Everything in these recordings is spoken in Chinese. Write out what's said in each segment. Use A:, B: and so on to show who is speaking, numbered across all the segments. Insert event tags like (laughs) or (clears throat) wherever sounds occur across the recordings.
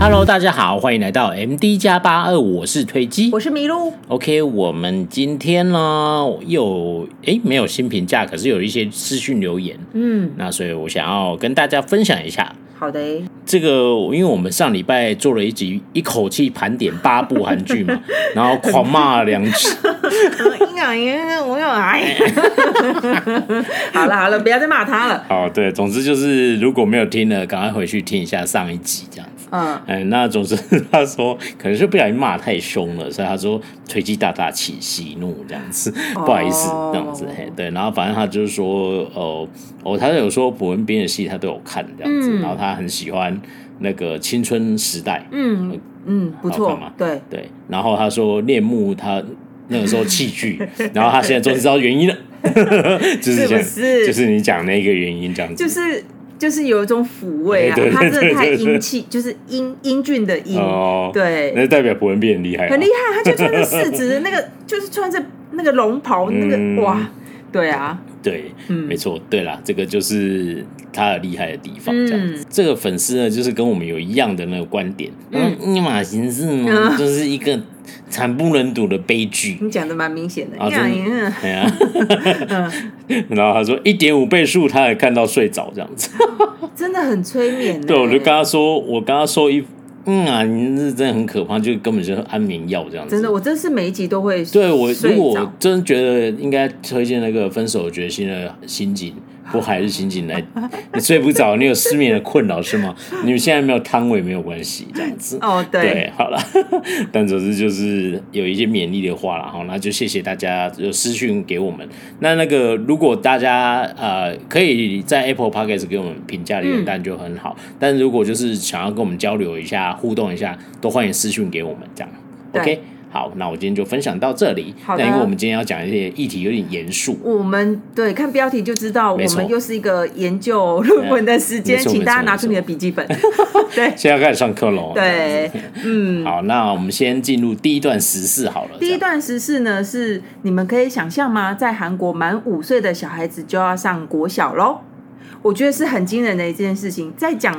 A: Hello，大家好，欢迎来到 MD 加八二，我是推机
B: 我。是麋鹿，
A: OK，我们今天呢又诶没有新评价，可是有一些私讯留言，
B: 嗯，
A: 那所以我想要跟大家分享一下
B: 好的诶，
A: 这个，因为我们上礼拜做了一集，一口气盘点八部韩剧嘛，然后狂骂了两集，
B: 我有癌。 (laughs) 好了好了，不要再骂他了。
A: 哦，对，总之就是如果没有听的，赶快回去听一下上一集这样子。
B: 嗯，
A: 哎，那总之 (laughs) 他说可能是不小心骂太凶了，所以他说推机大大起息怒这样子，不好意思
B: 哦
A: 这样子，嘿，对，然后反正他就是说，哦哦，他有说朴文斌的戏他都有看这样子，
B: 嗯
A: 然后他很喜欢那个青春时代，
B: 嗯嗯，不
A: 好啊
B: 错
A: 看吗，
B: 对，
A: 对，然后他说恋慕他那个时候弃
B: (laughs)
A: 剧，然后他现在终于知道原因了， (laughs) 就是这
B: 是不
A: 样，
B: 是
A: 就是你讲那个原因这样子，
B: 就是就是有一种抚慰啊
A: 对对，
B: 他真的太
A: 对对对
B: 英气，就是英英俊的英，
A: 哦，，
B: 对，
A: 那代表朴文斌很厉害啊，
B: 很厉害。他就穿着四指的那个，就是穿着那个龙袍，那
A: 嗯
B: 个哇，对啊，
A: 对，
B: 嗯
A: 没错，对啦，这个就是他的厉害的地方，
B: 嗯
A: 这样子。这个粉丝呢，就是跟我们有一样的那个观点，嗯，尼玛行事呢，
B: 嗯
A: 就是一个惨不忍睹的悲
B: (laughs)
A: 剧。
B: 你讲的蛮明显的，
A: 啊
B: 呀
A: 真
B: 呀
A: 哎呀，
B: 嗯
A: 然后他说一点五倍速，他也看到睡着这样子。
B: 嗯真的很催眠欸。
A: 对，我就跟他说，我跟他说一，嗯啊，你是真的很可怕，就根本就是安眠药这样子。
B: 真的，我真是每一集都会
A: 对我，
B: 睡
A: 如果
B: 着
A: 我真觉得应该推荐那个《分手决心》的心情，不还是心情来？ (laughs) 你睡不着，你有失眠的困扰是吗？你们现在没有汤唯没有关系，这样子。
B: 哦，对，
A: 对，好了， (laughs) 但总之就是有一些勉励的话啦，好，那就谢谢大家有私讯给我们。那那个如果大家呃可以在 Apple Podcast 给我们评价留言，
B: 嗯
A: 但就很好。但如果就是想要跟我们交流一下、互动一下，都欢迎私讯给我们这样。
B: 对
A: OK，好，那我今天就分享到这里。
B: 好的
A: 那因为我们今天要讲一些议题有点严肃，
B: 我们对看标题就知道，
A: 没
B: 我
A: 错
B: 们又是一个研究论文的时间
A: 没，错
B: 请大家
A: 没错
B: 拿出你的笔记本。 (laughs) 对
A: 现在要开始上课喽。，
B: 对，嗯，
A: 好，那我们先进入第一段时事好了。
B: 第
A: 这
B: 一
A: 样
B: 段时事呢是你们可以想象吗？在韩国满五岁的小孩子就要上国小喽，我觉得是很惊人的一件事情。在讲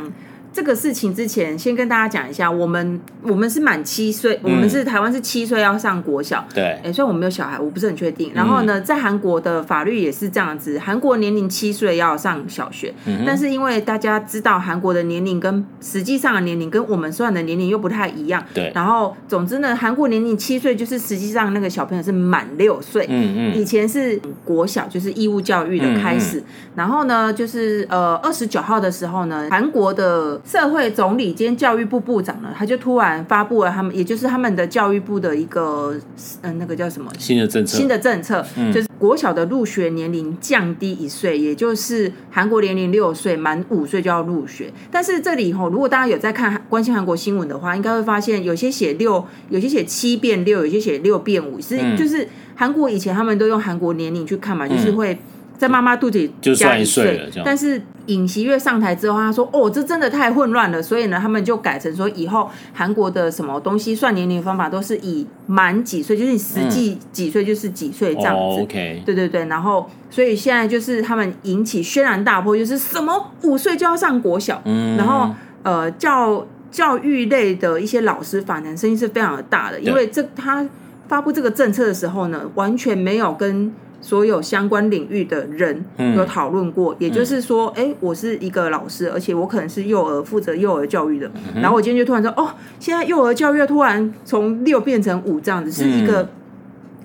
B: 这个事情之前，先跟大家讲一下，我们我们是满七岁，我们
A: 嗯
B: 是台湾是七岁要上国小，
A: 对
B: 哎、虽然我没有小孩，我不是很确定。然后
A: 嗯
B: 呢，在韩国的法律也是这样子，韩国年龄七岁要上小学，
A: 嗯
B: 但是因为大家知道韩国的年龄跟实际上的年龄跟我们算的年龄又不太一样，
A: 对，
B: 然后总之呢，韩国年龄七岁就是实际上那个小朋友是满六岁，
A: 嗯嗯。
B: 以前是国小，就是义务教育的开始。然后呢，就是呃二十九号的时候呢，韩国的社会总理兼教育部部长呢，他就突然发布了他们，也就是他们的教育部的一个嗯、呃那个叫什么
A: 新的政策，嗯
B: 新的政策，就是国小的入学年龄降低一岁，也就是韩国年龄六岁，满五岁就要入学。但是这里吼，如果大家有在看关心韩国新闻的话，应该会发现有些写六，有些写七变六，有些写六变五，是、
A: 嗯
B: 就是韩国以前他们都用韩国年龄去看嘛，就是会。在妈妈肚子里
A: 就
B: 加
A: 算一岁
B: 岁
A: 了这样
B: 但是尹锡悦上台之后，他说：“哦，这真的太混乱了。”所以呢，他们就改成说，以后韩国的什么东西算年龄的方法都是以满几岁，就是你实际几岁就是几岁这样
A: 哦
B: 子。
A: ，OK，
B: 对对对，然后所以现在就是他们引起轩然大波，就是什么五岁就要上国小，
A: 嗯，
B: 然后呃教教育类的一些老师反弹声音是非常的大的，因为这他发布这个政策的时候呢，完全没有跟所有相关领域的人
A: 嗯
B: 有讨论过，也就是说，哎、我是一个老师，而且我可能是幼儿负责幼儿教育的，
A: 嗯
B: 然后我今天就突然说，哦，现在幼儿教育突然从六变成五这样子，
A: 嗯
B: 是一个。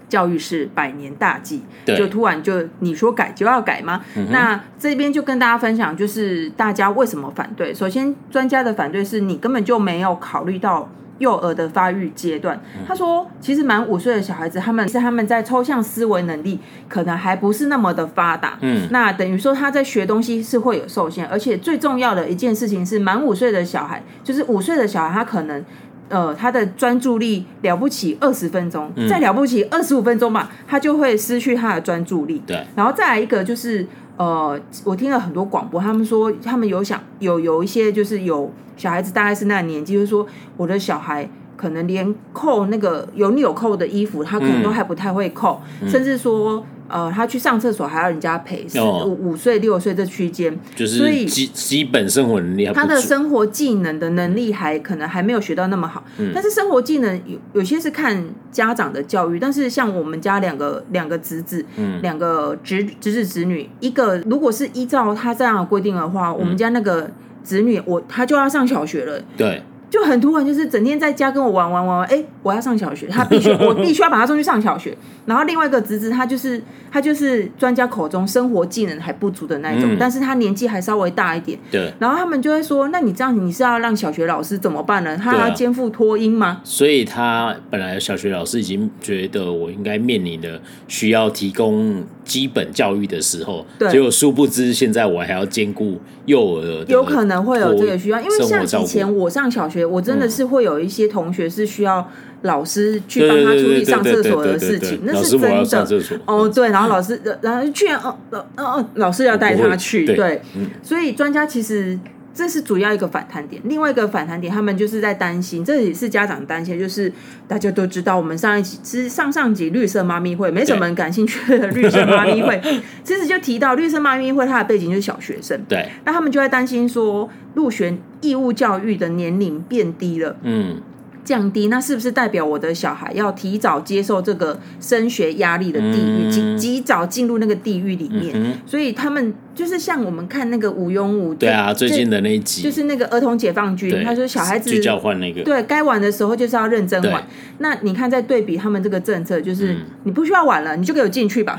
B: 教育是百年大计，
A: 对嗯
B: 就突然就你说改就要改吗？那这边就跟大家分享，就是大家为什么反对。首先，专家的反对是你根本就没有考虑到。幼儿的发育阶段，
A: 嗯
B: 他说，其实满五岁的小孩子，他们是他们在抽象思维能力可能还不是那么的发达，
A: 嗯，
B: 那等于说他在学东西是会有受限，而且最重要的一件事情是，满五岁的小孩，就是五岁的小孩，他可能呃，他的专注力了不起二十分钟，
A: 嗯
B: 再了不起二十五分钟吧，他就会失去他的专注力。
A: 对，
B: 然后再来一个就是，呃，我听了很多广播，他们说他们有想有有一些就是有小孩子大概是那个年纪，就是说我的小孩可
A: 嗯
B: 能连扣那个有纽扣的衣服，他可能都还不太会扣，甚至说呃，他去上厕所还要人家陪，四
A: 哦
B: 五五岁六岁这区间，
A: 就
B: 所
A: 是
B: 以
A: 基基本生活能力还不
B: 他的
A: 足
B: 生活技能的能力还可能还没有学到那么好，但是生活技能有有些是看家长的教育，但是像我们家两个两个侄子，两个侄侄子侄女，一个如果是依照他这样的规定的话，我们家那个侄女我她就要上小学了，
A: 对，
B: 就很突然，就是整天在家跟我玩玩玩玩，哎、我要上小学，他必须我必须要把他送去上小学。然后另外一个侄子，他就是他就是专家口中生活技能还不足的那一种，
A: 嗯
B: 但是他年纪还稍微大一点。
A: 对。
B: 然后他们就会说：“那你这样，你是要让小学老师怎么办呢？他
A: 对啊
B: 还要肩负托婴吗？”
A: 所以他本来小学老师已经觉得我应该面临的需要提供基本教育的时候，
B: 对
A: 结果殊不知现在我还要兼顾幼儿的，
B: 有可能会有这个需要，因为
A: 生活
B: 像
A: 照
B: 以
A: 顾嗯
B: 前我上小学，我真的是会有一些同学是需要老师去
A: 对
B: 帮
A: 对
B: 他
A: 对
B: 处
A: 对
B: 理
A: 对
B: 上
A: 对
B: 厕
A: 对
B: 所的
A: 对对
B: 事情，
A: 对
B: 那
A: 老
B: 是
A: 师我要
B: 真
A: 上
B: 的
A: 厕所。
B: 哦，对，然后老师，呃然后去，哦，哦，哦，老师要带
A: 不会
B: 他去，
A: 对
B: 对，所以专家其实这是主要一个反弹点，另外一个反弹点，他们就是在担心，这也是家长担心，就是大家都知道，我们上一集其实上上集绿色妈咪会，没什么人感兴趣的绿色妈咪会，其实就提到绿色妈咪会，它的背景就是小学生，
A: 对，
B: 那他们就在担心说入学义务教育的年龄变低了。
A: 嗯，
B: 降低，那是不是代表我的小孩要提早接受这个升学压力的地狱，
A: 嗯
B: 及及早进入那个地狱里面？
A: 嗯
B: 所以他们就是像我们看那个吴庸武，
A: 对啊，最近
B: 的
A: 的那一集
B: 就是那个儿童解放军，
A: 对，
B: 他说小孩子
A: 去交换那个，
B: 对该玩的时候就是要认真
A: 对嗯
B: 玩。那你看，在对比他们这个政策，就是、你不需要玩了，你就给我进
A: (laughs)
B: 去吧。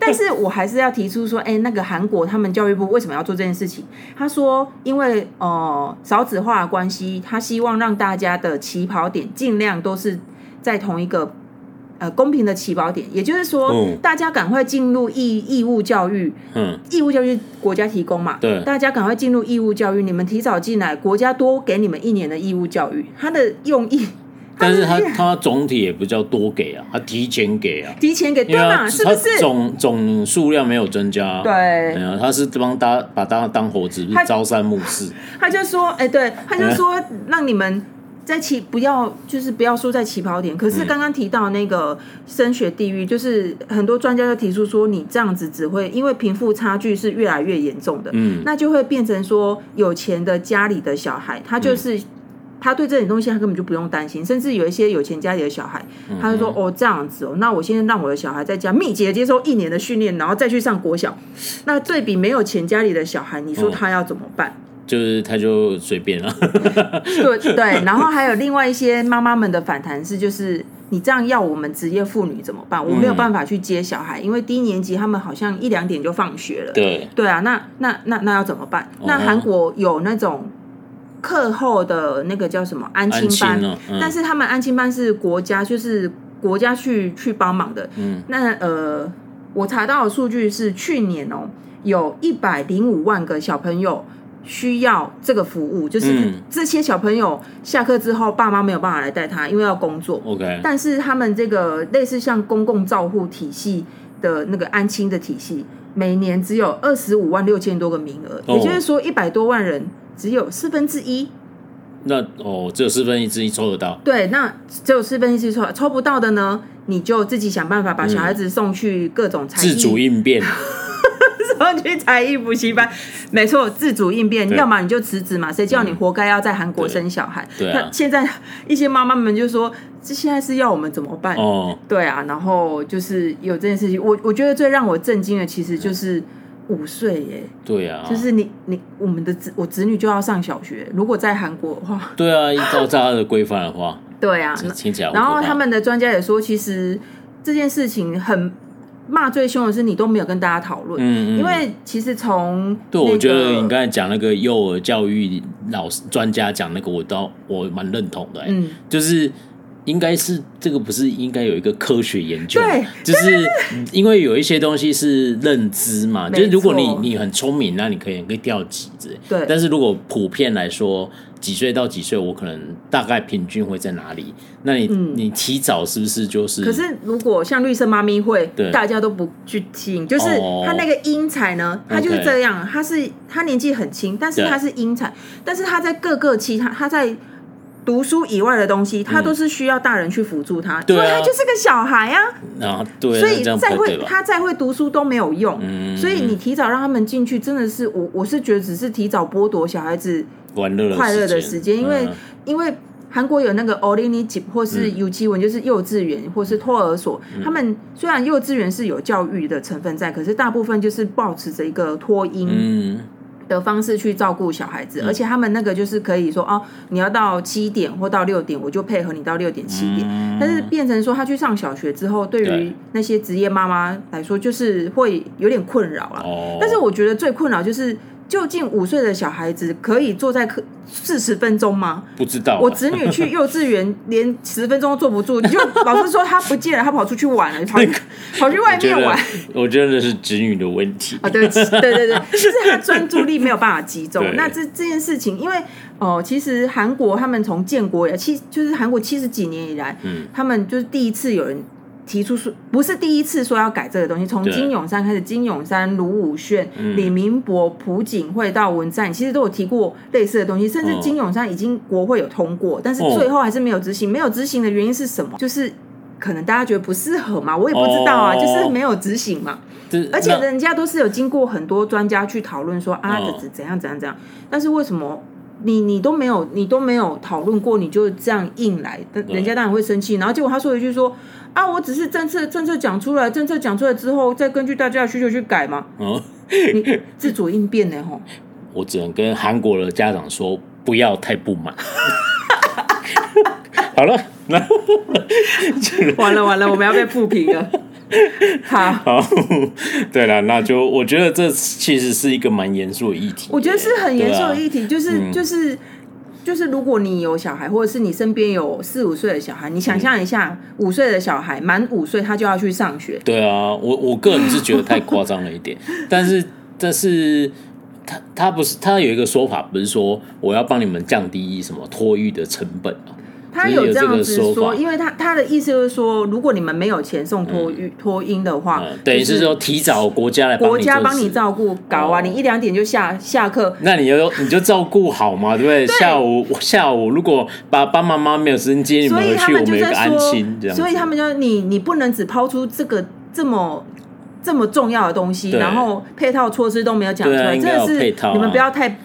B: 但是我还是要提出说，哎、那个韩国他们教育部为什么要做这件事情？他说，因为呃少子化的关系，他希望让大家的起跑点尽量都是在同一个。呃，公平的起跑点，也就是说，
A: 嗯
B: 大家赶快进入义义务教育，
A: 嗯，
B: 义务教育国家提供嘛，
A: 对
B: 大家赶快进入义务教育，你们提早进来，国家多给你们一年的义务教育，它的用意，
A: 但是他
B: 它的
A: 他总体也不叫多给啊，他提前给啊，
B: (laughs) 提前给
A: 因
B: 对
A: 为
B: 嘛，
A: 他
B: 是不是
A: 他？总总数量没有增加，
B: 对
A: 没有，他是帮大把大家当猴子，
B: 他
A: 朝三暮四，
B: 他就说，哎、对，他就说让你们在起不要，就是不要输在起跑点。可是刚刚提到那个升学地狱，就是很多专家就提出说，你这样子只会因为贫富差距是越来越严重的，
A: 嗯
B: 那就会变成说有钱的家里的小孩，他就是。他对这点东西，他根本就不用担心，甚至有一些有钱家里的小孩，他就说：“哦，这样子哦，那我先让我的小孩在家密集的接受一年的训练，然后再去上国小。那对比没有钱家里的小孩，你说
A: 嗯
B: 他要怎么办？
A: 就是他就随便了。
B: 对对，然后还有另外一些妈妈们的反弹是，就是你这样要我们职业妇女怎么办？我没有办法去接小孩，因为低年级他们好像一两点就放学了。
A: 对，
B: (laughs) 对啊，那那那那要怎么办？那韩国有那种课后的那个叫什么安
A: 安
B: 亲
A: 心
B: 班，
A: 了，嗯
B: 但是他们安亲班是国家，就是国家去去帮忙的。
A: 嗯，
B: 那呃，我查到的数据是去年哦，有一百零五万个小朋友需要这个服务，就是
A: 嗯
B: 这些小朋友下课之后，爸妈没有办法来带他，因为要工作。
A: OK，
B: 但是他们这个类似像公共照护体系的那个安亲的体系，每年只有二十五万六千多个名额，
A: 哦
B: 也就是说一百多万人只有四分之一
A: 那哦，只有四分之一抽得到，
B: 对，那只有四分之一抽，抽不到的呢，你就自己想办法把小孩子送去各种才艺，
A: 自
B: (laughs)
A: 主应变，
B: 送去才艺补习班。没错，自主应变，
A: 对
B: 要么你就辞职嘛，谁叫你活该要在韩国生小孩？
A: 对对啊
B: 那现在一些妈妈们就说，这现在是要我们怎么办？
A: 哦，
B: 对啊，然后就是有这件事情，我我觉得最让我震惊的其实就是五岁耶，
A: 对啊，
B: 就是你你我们的子我子女就要上小学，如果在韩国的话，
A: (laughs) 对啊，依照他的规范的话，
B: 对啊，
A: 这听起来好可
B: 然
A: 怕
B: 后他们的专家也说，其实这件事情很骂最凶的是你都没有跟大家讨论，
A: 嗯嗯，
B: 因为其实从、那
A: 对，我觉得你
B: 个
A: 刚才讲那个幼儿教育老师专家讲那个，我倒我蛮认同的、欸
B: 嗯
A: 就是应该是这个不是应该有一个科学研究吗，
B: 对
A: 就是因为有一些东西是认知嘛，
B: 没
A: 就是如果你
B: 错
A: 你很聪明，那你可以可以掉级之类，
B: 对
A: 但是如果普遍来说。几岁到几岁，我可能大概平均会在哪里？那你、你提早是不是就是？
B: 嗯可是如果像绿色妈咪会
A: 对，
B: 大家都不去听，就是
A: 哦
B: 他那个英才呢，他就是
A: OK
B: 这样，他是他年纪很轻，但是
A: 对
B: 他是英才，但是他在各个其他他在。读书以外的东西，他都是需要大人去辅助他，
A: 嗯对啊
B: 因为他就是个小孩啊，
A: 啊，对，
B: 所
A: 那
B: 以
A: 这样
B: 再
A: 不
B: 会
A: 对吧？
B: 他再会读书都没有用。
A: 嗯
B: 所以你提早让他们进去，真的是我我是觉得只是提早剥夺小孩子
A: 玩乐
B: 快乐的时间，因为、
A: 嗯
B: 因为韩国有那个 o l i n i j i 或是 U 基文，就是幼稚园或是托儿所，
A: 嗯
B: 他们虽然幼稚园是有教育的成分在，可是大部分就是保持着一个托婴。
A: 嗯，
B: 的方式去照顾小孩子，而且他们那个就是可以说哦，你要到七点或到六点，我就配合你到六点七点。但是变成说他去上小学之后，对于
A: 嗯对
B: 那些职业妈妈来说，就是会有点困扰啊。
A: 哦，
B: 但是我觉得最困扰就是，究竟五岁的小孩子可以坐在课四十分钟吗？
A: 不知道啊，
B: 我侄女去幼稚园连十分钟都坐不住，你就老师说她不见了，她跑出去玩
A: (laughs)
B: 了，跑去跑去外
A: 我觉
B: 面
A: 得
B: 玩。
A: 我觉得这是侄女的问题
B: 啊，对不起，对对
A: (laughs)
B: 对，就是他专注力没有办法集中
A: 对。
B: 那这这件事情，因为哦、呃其实韩国他们从建国以来，七就是韩国七十几年以来，
A: 嗯，
B: 他们就是第一次有人提出说，不是第一次说要改这个东西，从
A: 对嗯
B: 金永山开始，金永山、卢武铉、李明博、朴槿惠到文在寅，其实都有提过类似的东西，甚至
A: 哦
B: 金永山已经国会有通过，但是
A: 哦
B: 最后还是没有执行。没有执行的原因是什么？就是。可能大家觉得不适合嘛，我也不知道啊，
A: 哦
B: 就是没有执行嘛。
A: 这
B: 而且
A: 那
B: 人家都是有经过很多专家去讨论说啊，
A: 嗯
B: 怎怎样怎样怎样，但是为什么你你都没有你都没有讨论过，你就这样硬来，但人家当然会生气。然后结果他说一句说啊，我只是政策政策讲出来，政策讲出来之后再根据大家的需求去改嘛，
A: 嗯，
B: 你自主应变呢吼。
A: 我只能跟韩国的家长说，不要太不满。 (laughs) 好了，那
B: 完了完了，我们要被复评了。好，
A: 好，对了，那就我觉得这其实是一个蛮严肃的议题。
B: 我觉得是很严肃的
A: 对啊
B: 议题，就是、就是就是，如果你有小孩，或者是你身边有四五岁的小孩，你
A: 嗯
B: 想象一下，五岁的小孩满五岁，他就要去上学，
A: 对啊，我我个人是觉得太夸张了一
B: (laughs)
A: 点，但是但是他他不是他有一个说法，不是说我要帮你们降低什么托育的成本啊？
B: 他
A: 有
B: 这样子
A: 这个说法
B: 因为他他的意思就是说，如果你们没有钱送托育、托婴的话，
A: 嗯等于是说提早国家来帮你
B: 啊国家
A: 做
B: 帮你
A: 事
B: 照顾搞啊，
A: 哦
B: 你一两点就下下课，
A: 那你就你就照顾好嘛，对不对？下午下午如果爸爸妈妈没有时间接你
B: 所
A: 们
B: 以
A: 回
B: 他
A: 去，我
B: 们
A: 们
B: 就
A: 有一
B: 在
A: 个安心这
B: 说，
A: 样子。
B: 所以他们就你你不能只抛出这个这么。这么重要的东西，
A: 对
B: 然后配套措施都没有讲出
A: 对啊
B: 来，
A: 应
B: 真
A: 该
B: 的
A: 要
B: 是
A: 配套啊
B: 你们不要太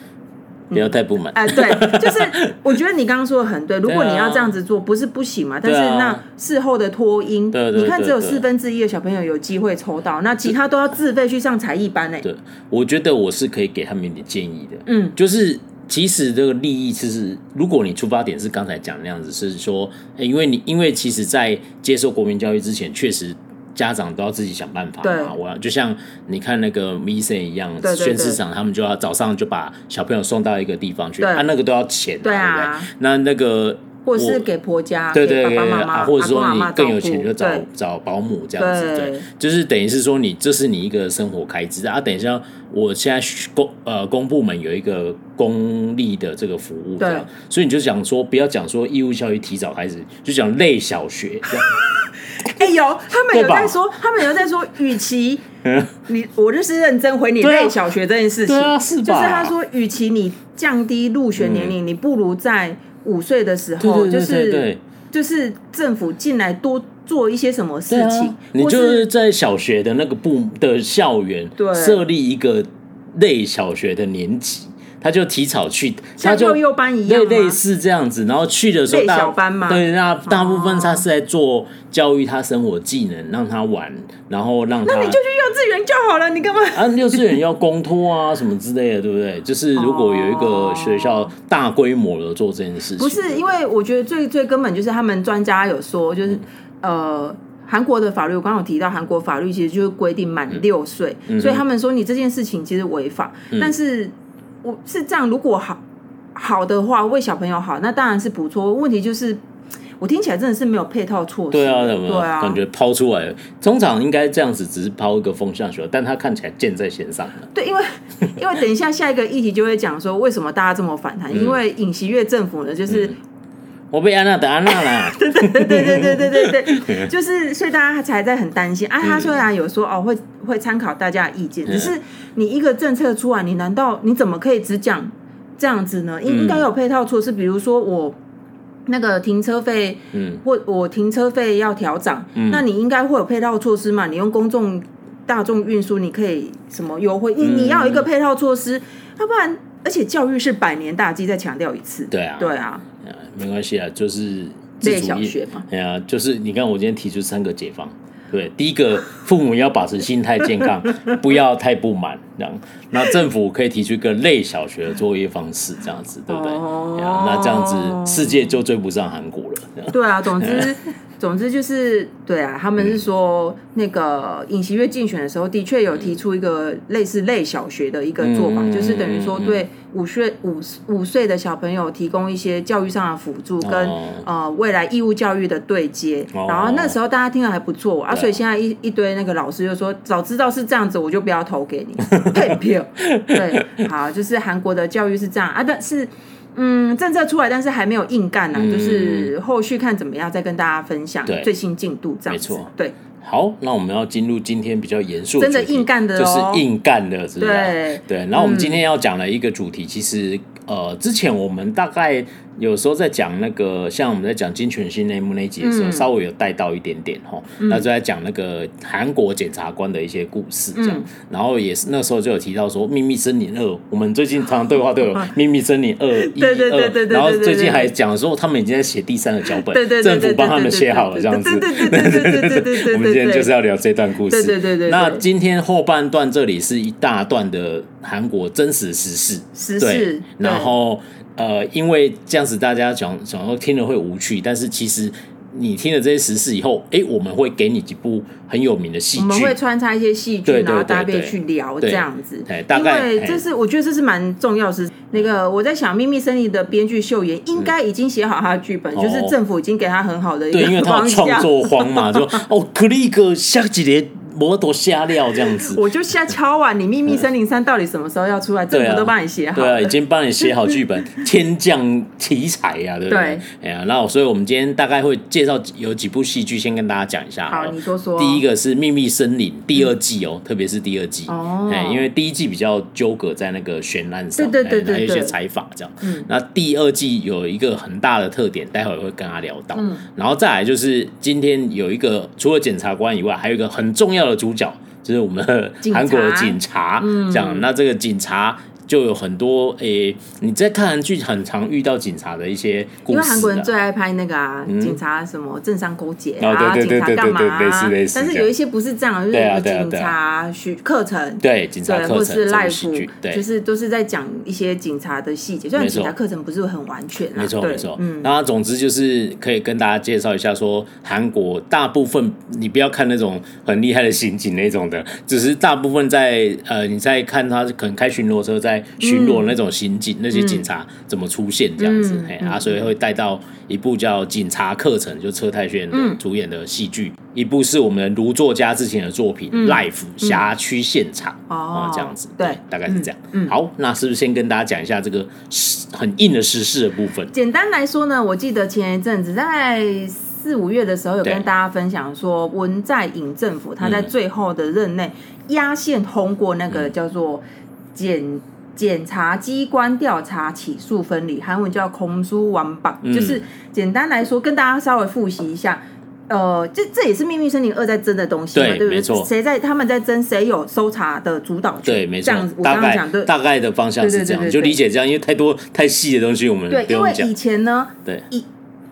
A: 不要太不满。
B: 哎、对，就是我觉得你刚刚说的很对。如果
A: 对啊
B: 你要这样子做，不是不行嘛，但
A: 啊
B: 是那事后的托婴，
A: 对对
B: 你看
A: 对啊
B: 只有
A: 对
B: 四分之一的小朋友有机会抽到，那其他都要自费去上才艺班呢、
A: 对，我觉得我是可以给他们一点建议的。
B: 嗯，
A: 就是其实这个利益，其实如果你出发点是刚才讲的那样子，是说，诶因为你因为其实，在接受国民教育之前，确实。家长都要自己想办法
B: 对
A: 嘛，我要就像你看那个 m i s s 一样，
B: 对对
A: 宣
B: 对
A: 市场他们就要早上就把小朋友送到一个地方去，
B: 对
A: 啊，那个都要钱、啊，
B: 对啊
A: 不对？那那个
B: 或者是
A: 我
B: 给婆家、
A: 对对
B: 给
A: 对
B: 爸
A: 对
B: 爸妈
A: 啊，
B: 妈、
A: 或者
B: 阿
A: 说
B: 公阿
A: 你
B: 嬷
A: 更
B: 照
A: 有
B: 顾
A: 钱就找
B: 对
A: 找保姆这样子，
B: 对
A: 对，就是等于是说你这是你一个生活开支啊。等一下，我现在需公呃公部门有一个公立的这个服务，
B: 对
A: 这样，所以你就讲说不要讲说义务教育提早开始，就讲类小学这样，
B: 哎、有他们有
A: 对吧
B: 在说，他们有在说，与
A: (laughs)
B: 其你，我就是认真回你
A: 对啊
B: 类小学这件事情，
A: 对啊是吧嗯
B: 就是他说，与其你降低入学年龄，你不如在五岁的时
A: 对
B: 候，
A: 对对对对，
B: 就是就是政府进来多做一些什么事
A: 对
B: 情，
A: 啊，你
B: 或
A: 就是在小学的那个部的校园
B: 对
A: 设立一个类小学的年级。他就提早去，他
B: 像
A: 就
B: 幼幼班一样
A: 类
B: 吗
A: 类似这样子，然后去的时候
B: 类
A: 大
B: 小班哦嘛
A: 对，那大部分他是在做教育他生活技能，让他玩，然后让他
B: 那你就去幼稚园就好了，你干嘛？
A: 啊幼稚园要公托啊什么之类的，对不对？就是如果有一个学校大规模的做这件事情，
B: (laughs) 不是，因为我觉得最最根本就是他们专家有说，就是、
A: 嗯
B: 呃，韩国的法律，我刚刚有提到，韩国法律其实就是规定满六岁，
A: 嗯
B: 所以他们说你这件事情其实违法，但是我是这样，如果好好的话，为小朋友好，那当然是不错。问题就是。我听起来真的是没有配套措施，
A: 对啊，怎么
B: 对啊，
A: 感觉抛出来了？通常应该这样子，只是抛一个风向球，但他看起来箭在弦上了。
B: (laughs) 对，因为因为等一下下一个议题就会讲说为什么大家这么反弹，因为尹锡悦政府呢，就是
A: 我被安娜的安娜
B: (laughs)
A: 啦，
B: 对对对对对对对，就是所以大家才在很担心啊。他虽然有说哦会会参考大家的意见，只是你一个政策出来，你难道你怎么可以只讲这样子呢？应应该有配套措施，比如说我。那个停车费，
A: 嗯，
B: 或我停车费要调涨，那你应该会有配套措施嘛？你用公众大众运输，你可以什么优惠？你
A: 嗯
B: 你要有一个配套措施，要不然，而且教育是百年大计，再强调一次。
A: 对啊
B: 对啊，
A: 啊没关系啊，就是自
B: 类
A: 主
B: 小
A: 意
B: 学嘛，
A: 哎呀、就是你看，我今天提出三个解放，对，第一个，父母要保持心态健康， (laughs) 不要太不满，这样。那政府可以提出一个类小学的作业方式，这样子，对不对？
B: 哦
A: 哎呀那这样子，世界就追不上韩国了。这样
B: 对啊，总
A: 哎
B: 之总之就是对啊，他们是说那个尹锡悦竞选的时候，的确有提出一个类似类小学的一个做法，
A: 嗯嗯
B: 就是等于说
A: 嗯嗯
B: 对五岁五五岁的小朋友提供一些教育上的辅助跟、
A: 哦
B: 呃未来义务教育的对接。
A: 哦
B: 然后那时候大家听了还不错啊，
A: 对啊
B: 所以现在一一堆那个老师就说，早知道是这样子，我就不要投给你， (laughs) 配票。对，好，就是韩国的教育是这样啊，但是。嗯，政策出来，但是还没有硬干呢、就是后续看怎么样，再跟大家分享
A: 对
B: 最新进度，这样子
A: 没错。
B: 对
A: 好，那我们要进入今天比较严肃
B: 真的
A: 主题
B: 硬干的哦
A: 就是硬干的，是不啊是？
B: 对
A: 对。然后我们今天要讲的一个主题，其实呃，之前我们大概有时候在讲那个，像我们在讲金权新内幕那一集的时候，
B: 嗯
A: 稍微有带到一点点哈，那就在讲那个韩国检察官的一些故事这样。
B: 嗯
A: 然后也是那时候就有提到说《秘密森林二》，我们最近常常对话都有《秘密森林二》一
B: 嗯对对对对对
A: 二，
B: 对
A: 然后最
B: 对对
A: 近还讲说他们已经在写第三个脚本，
B: 对对对，
A: 政
B: 对
A: 府帮他们写好了
B: 对
A: 这样子。
B: 对对对
A: (laughs)
B: 对对对对对对对。
A: 我们今天就是要聊这段故事。
B: 对对对对对
A: 那今天后半段这里是一大段的韩国真实时事，
B: 时
A: 对
B: 事
A: 然
B: 对
A: 后呃，因为这样子大家想想说听了会无趣，但是其实你听了这些时事以后，诶，我们会给你几部很有名的戏
B: 我们
A: 剧
B: 会。穿插一些戏剧，
A: 对对
B: 然后
A: 对
B: 搭配
A: 对
B: 去聊这
A: 对
B: 样子
A: 哎。大概
B: 因为这是我觉得这是蛮重要的事。那个我在想，《秘密森林》的编剧秀妍应该已经写好他的剧本，
A: 哦
B: 就是政府已经给他很好的一
A: 对，因为
B: 个
A: 他有
B: (laughs) 方向。
A: 创作荒嘛，就哦，克利格下几年摩多下料这样子。
B: (laughs) 我就瞎敲啊！你《秘密森林三》到底什么时候要出来？政
A: 对啊
B: 府都帮你写好
A: 对啊，
B: 了
A: 已。经帮你写好剧
B: (laughs)
A: 本，天降奇才呀、对不对
B: 对？
A: 哎呀，那我所以我们今天大概会介绍几有几部戏剧，先跟大家讲一下
B: 好，
A: 了
B: 你说说。
A: 第一个是《秘密森林》第二季哦，特别是第二季
B: 哦
A: 哎，因为第一季比较纠葛在那个悬案上，
B: 对对对
A: 哎还有一
B: 对
A: 些
B: 对
A: 采访这样。
B: 嗯
A: 那第二季有一个很大的特点，待会儿会跟他聊到。
B: 嗯
A: 然后再来就是今天有一个除了检察官以外，还有一个很重要的主角，就是我们的
B: 警察嗯
A: 韩国的警察。这样，那这个警察。就有很多诶、你在看韩剧很常遇到警察的一些故
B: 因
A: 事啊，
B: 为韩国人最爱拍那个啊，警察什么政商勾结
A: 哦
B: 啊，
A: 对对对
B: 警察干嘛
A: 对对对类似
B: 啊
A: 类似？
B: 但是
A: 这样
B: 有一些不是这样，就是
A: 对啊
B: 有
A: 对啊
B: 警
A: 对啊
B: 察学课程，
A: 对啊警察
B: 对，
A: 课
B: 或
A: 程这
B: 是
A: 种
B: life，
A: 喜剧，对，
B: 就是都是在讲一些警察的细节，虽然
A: 没错
B: 警察课程不是很完全啊，
A: 没错
B: 对
A: 没错，
B: 嗯，
A: 那总之就是可以跟大家介绍一下说韩国大部分你不要看那种很厉害的刑警那种的，只是大部分在呃你在看他可能开巡逻车在巡逻那种刑警、那些警察怎么出现这样子，
B: 嗯
A: 嘿啊，所以会带到一部叫《警察课程》，就车太铉的
B: 嗯
A: 主演的戏剧，一部是我们卢作家之前的作品《Life》辖区现场。
B: 嗯哦
A: 哦，这样子，
B: 对嗯
A: 大概是这样。好，那是不是先跟大家讲一下这个时很硬的时事的部分？
B: 简单来说呢，我记得前一阵子在四五月的时候，有
A: 对
B: 跟大家分享说，文在寅政府他在
A: 嗯
B: 最后的任内压线通过那个叫做检。检察机关调查起诉分离，韩文叫空书完榜，
A: 嗯
B: 就是简单来说，跟大家稍微复习一下。呃，这这也是《秘密森林二》在争的东西嘛，
A: 对
B: 对不
A: 没
B: 对？
A: 错
B: 谁在他们在争，谁有搜查的主导权？
A: 对，没
B: 这
A: 错
B: 样子，我刚
A: 大
B: 刚
A: 概
B: 讲对
A: 大概的方向是这样，
B: 对对对对
A: 就理解这样，因为太多太细的东西我们
B: 对，
A: 不
B: 因为
A: 用讲
B: 以。前呢，
A: 对
B: 以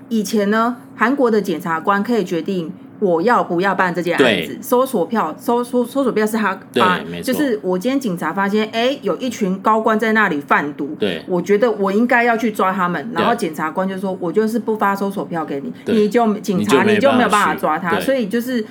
B: 以前呢，韩国的检察官可以决定我要不要办这件案
A: 对
B: 子，搜索票，搜搜搜索票是他
A: 对
B: 发
A: 没，错
B: 就是我今天警察发现，哎、有一群高官在那里贩毒，
A: 对
B: 我觉得我应该要去抓他们，然后
A: 对
B: 检察官就说，我就是不发搜索票给你，
A: 对
B: 你就警
A: 你就
B: 察
A: 没
B: 你就没
A: 办
B: 有办
A: 法
B: 法
A: 去
B: 抓他，
A: 对
B: 所以就是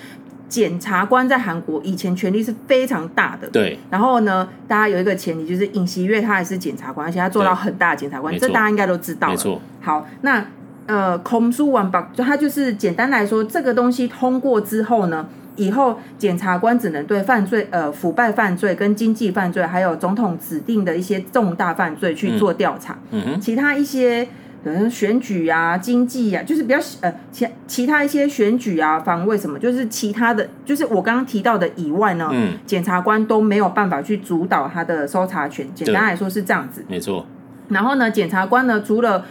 B: 检察官在韩国以前权力是非常大的，
A: 对
B: 然后呢，大家有一个前提就是尹锡悦他还是检察官，而且他做到
A: 对
B: 很大的检察官
A: 没，错
B: 这大家应该都知道了。
A: 没错。
B: 好，那呃，孔书完吧，就他就是简单来说，这个东西通过之后呢，以后检察官只能对犯罪、呃腐败犯罪、跟经济犯罪，还有总统指定的一些重大犯罪去做调查。
A: 嗯哼，
B: 其他一些可能选举啊、经济啊，就是比较呃其其他一些选举啊、防卫什么，就是其他的，就是我刚刚提到的以外呢，
A: 嗯
B: 检察官都没有办法去主导他的搜查权。简单来说是这样子。
A: 没错，
B: 然后呢，检察官呢，除了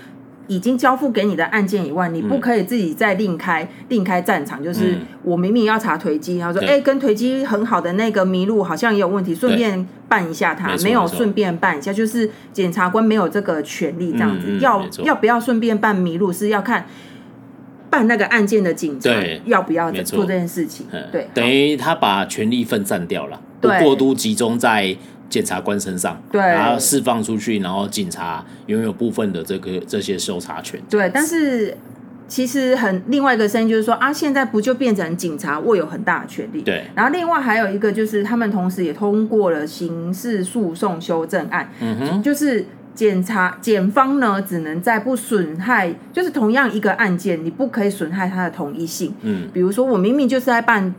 B: 已经交付给你的案件以外，你不可以自己再另开另开战场。就是
A: 嗯
B: 我明明要查推机，然后说，
A: 对
B: 哎，跟推机很好的那个麋鹿好像也有问题，顺便办一下他
A: 没，错
B: 没有
A: 没错
B: 顺便办一下，就是检察官没有这个权利这样子。
A: 嗯嗯
B: 要
A: 没错
B: 要不要顺便办麋鹿是要看办那个案件的警察
A: 对
B: 要不要
A: 没错
B: 做这件事情
A: 嗯。
B: 对，
A: 等于他把权力分散掉了，不
B: 对
A: 过度集中在检察官身上，
B: 对
A: 然后释放出去，然后警察拥有部分的这个这些搜查权。
B: 对，但是其实很另外一个声音就是说啊，现在不就变成警察握有很大的权利？。
A: 对，
B: 然后另外还有一个就是，他们同时也通过了刑事诉讼修正案，
A: 嗯哼，
B: 就是检察检方呢只能在不损害，就是同样一个案件，你不可以损害它的同一性。
A: 嗯
B: 比如说，我明明就是在办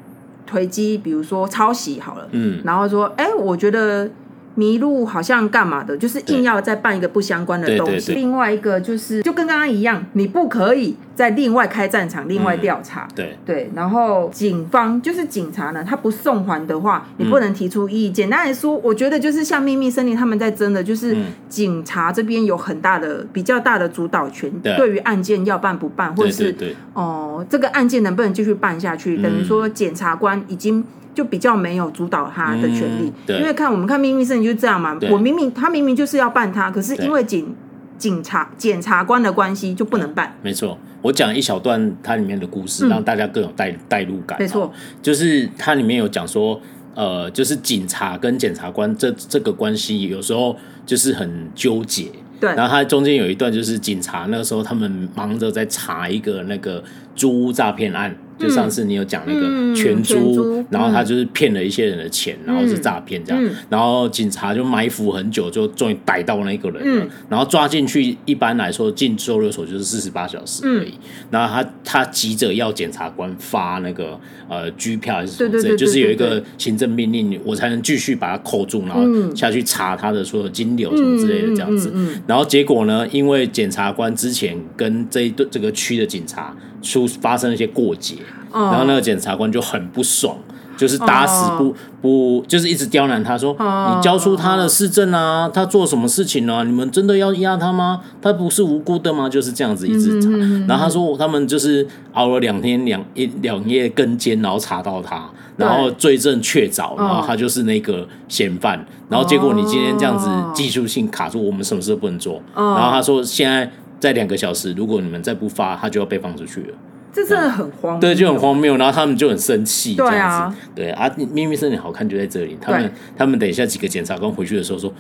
B: 推机，比如说抄袭好了，
A: 嗯，
B: 然后说，哎，我觉得迷路好像干嘛的，就是硬
A: 对
B: 要再办一个不相关的
A: 对
B: 东西。
A: 对对
B: 另外一个就是，就跟刚刚一样，你不可以再另外开战
A: 嗯
B: 场、另外调查。
A: 对，
B: 对，然后警方就是警察呢，他不送还的话，你不能提出异议。简单来说，我觉得就是像秘密森林他们在争的，就是
A: 嗯
B: 警察这边有很大的、比较大的主导权，
A: 对
B: 于案件要办不办，或者
A: 对
B: 是
A: 对对，
B: 哦、这个案件能不能继续办下
A: 嗯
B: 去，等于说检察官已经就比较没有主导他的权利
A: 嗯，对
B: 因为看我们看秘密事件就是这样嘛，
A: 对
B: 我明明他明明就是要办他，可是
A: 对
B: 因为警警察检察官的关系就不能办，
A: 没错。我讲一小段它里面的故事，
B: 嗯
A: 让大家更有代代入感。啊
B: 没错，
A: 就是它里面有讲说，呃，就是警察跟检察官这这个关系有时候就是很纠结。
B: 对
A: 然后它中间有一段就是警察那个时候他们忙着在查一个那个租屋诈骗案，就上次你有讲那
B: 嗯
A: 个全租，
B: 全租
A: 然后他就是骗了一些人的钱，然后是诈骗这样，
B: 嗯
A: 然后警察就埋伏很久，就终于逮到那个人了，
B: 嗯
A: 然后抓进去，一般来说进收留所就是四十八小时
B: 嗯
A: 而已，然后他他急着要检察官发那个呃拘票还是什么
B: 对对
A: 之类，
B: 对对
A: 就是有一
B: 对
A: 个行政命令，我才能继续把他扣住，然后
B: 嗯
A: 下去查他的所有金流什么之类的这样子，
B: 嗯嗯嗯嗯
A: 然后结果呢，因为检察官之前跟这一对这个区的警察出发生了一些过节，
B: 哦
A: 然后那个检察官就很不爽。就是打死不、不，就是一直刁难他说，
B: 哦
A: 你交出他的市政啊，他做什么事情啊？你们真的要压他吗？他不是无辜的吗？就是这样子一直查。然后他说他们就是熬了两天两一两夜跟监，然后查到他，然后罪证确凿，然后他就是那个嫌犯。然后结果你今天这样子
B: 哦
A: 技术性卡住，我们什么事都不能做。
B: 哦
A: 然后他说现在。在两个小时，如果你们再不发，他就要被放出去了。
B: 这真的很荒谬，
A: 对，就很荒谬。然后他们就很生气，这
B: 对啊
A: 样子。对啊，秘密森林好看就在这里。他
B: 对
A: 们他们等一下几个检察官回去的时候说，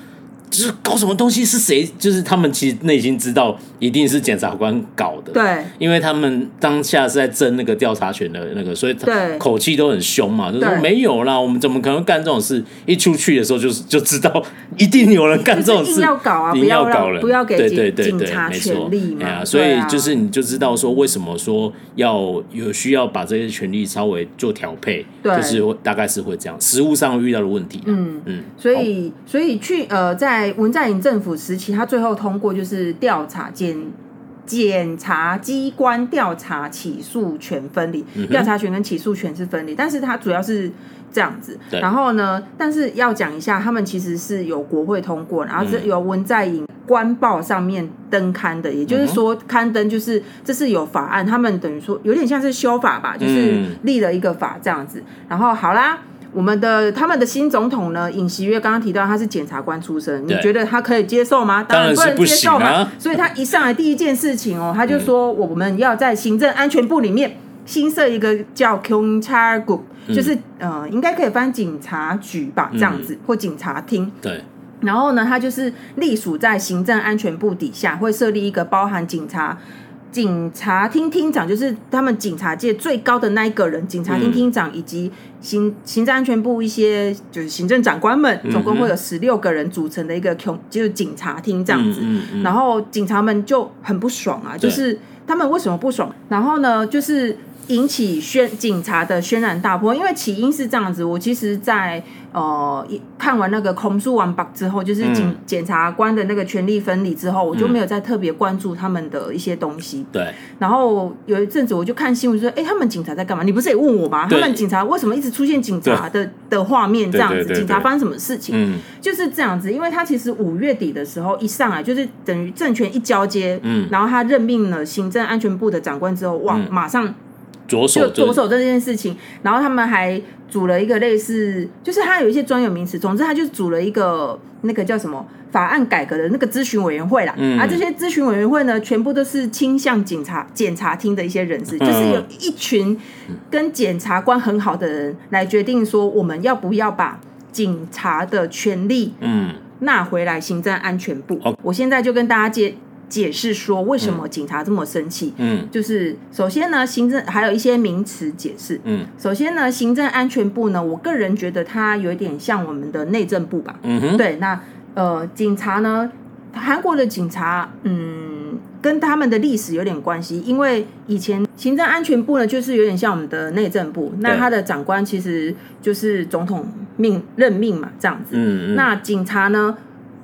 A: 就是搞什么东西是谁？就是他们其实内心知道一定是检察官搞的。
B: 对
A: 因为他们当下是在争那个调查权的那个，所以他
B: 对
A: 口气都很凶嘛，就说
B: 对
A: 没有啦，我们怎么可能干这种事？一出去的时候就是就知道一定有人干这种
B: 就是
A: 事，
B: 硬要搞啊
A: 一定
B: 不要让
A: 搞人，
B: 不要给
A: 对
B: 警
A: 对对
B: 警
A: 对，
B: 察
A: 没错
B: 权利嘛
A: 哎呀
B: 对啊
A: 所以就是你就知道说为什么说要有需要把这些权利稍微做调配，
B: 对
A: 就是会大概是会这样，实物上遇到的问题，嗯嗯，
B: 所以，所以去呃，在文在寅政府时期，他最后通过就是调查检检察机关调查起诉权分离，
A: 嗯
B: 调、查权跟起诉权是分离，但是它主要是这样子。
A: 对
B: 然后呢，但是要讲一下，他们其实是有国会通过，然后是
A: 嗯
B: 由文在寅官报上面登刊的，也
A: 嗯
B: 就是说刊登就是这是有法案，他们等于说有点像是修法吧，就是
A: 嗯
B: 立了一个法这样子。然后好啦。我们的他们的新总统呢，尹锡悦刚刚提到他是检察官出身，你
A: 对
B: 觉得他可以接受吗？
A: 当然
B: 不
A: 是
B: 能
A: 不
B: 接受嘛。
A: 行啊嗯
B: 所以他一上来第一件事情哦，他就说我们要在行政安全部里面新设一个叫 k u n c h a r Group，就是
A: 嗯
B: 呃，应该可以翻警察局吧，这样
A: 嗯
B: 子或警察厅。
A: 对，
B: 然后呢，它就是隶属在行政安全部底下，会设立一个包含警察。警察厅厅长就是他们警察界最高的那一个人，警察厅
A: 嗯
B: 厅长以及行行政安全部一些就是行政长官们，总共会有十六个人组成的一个 com- 就是警察厅这样
A: 嗯
B: 子。
A: 嗯嗯，
B: 然后警察们就很不爽啊，就
A: 对
B: 是他们为什么不爽？然后呢，就是引起轩警察的轩然大波，因为起因是这样子。我其实在，呃一看完那个《空诉完吧》之后，就是检、
A: 嗯
B: 检察官的那个权力分离之后，我就没有再特别关注他们的一些东西。
A: 对
B: 然后有一阵子我就看新闻说，哎，他们警察在干嘛？你不是也问我吗？他
A: 对
B: 们警察为什么一直出现警察的的画面这样
A: 对
B: 子？
A: 对对
B: 警察
A: 对
B: 发生什么事情？
A: 嗯
B: 就是这样子，因为他其实五月底的时候一上来，就是等于政权一交接，嗯，然后他任命了行政安全部的长官之后，哇，马上
A: 左
B: 就
A: 手
B: 着
A: 就
B: 手这件事情，然后他们还组了一个类似，就是他有一些专有名词，总之他就组了一个那个叫什么法案改革的那个咨询委员会啦，
A: 嗯
B: 啊，这些咨询委员会呢，全部都是倾向警察检察厅的一些人士，就是有一群跟检察官很好的人来决定说我们要不要把警察的权利
A: 嗯
B: 纳回来行政安全部。
A: 好
B: 我现在就跟大家解解释说，为什么警察这么生气。
A: 嗯
B: 就是首先呢，行政还有一些名词解释。
A: 嗯
B: 首先呢，行政安全部呢，我个人觉得它有一点像我们的内政部吧。
A: 嗯哼，
B: 对，那呃，警察呢，韩国的警察，嗯，跟他们的历史有点关系，因为以前行政安全部呢，就是有点像我们的内政部，那
A: 对
B: 他的长官其实就是总统命任命嘛，这样子。
A: 嗯嗯，
B: 那警察呢？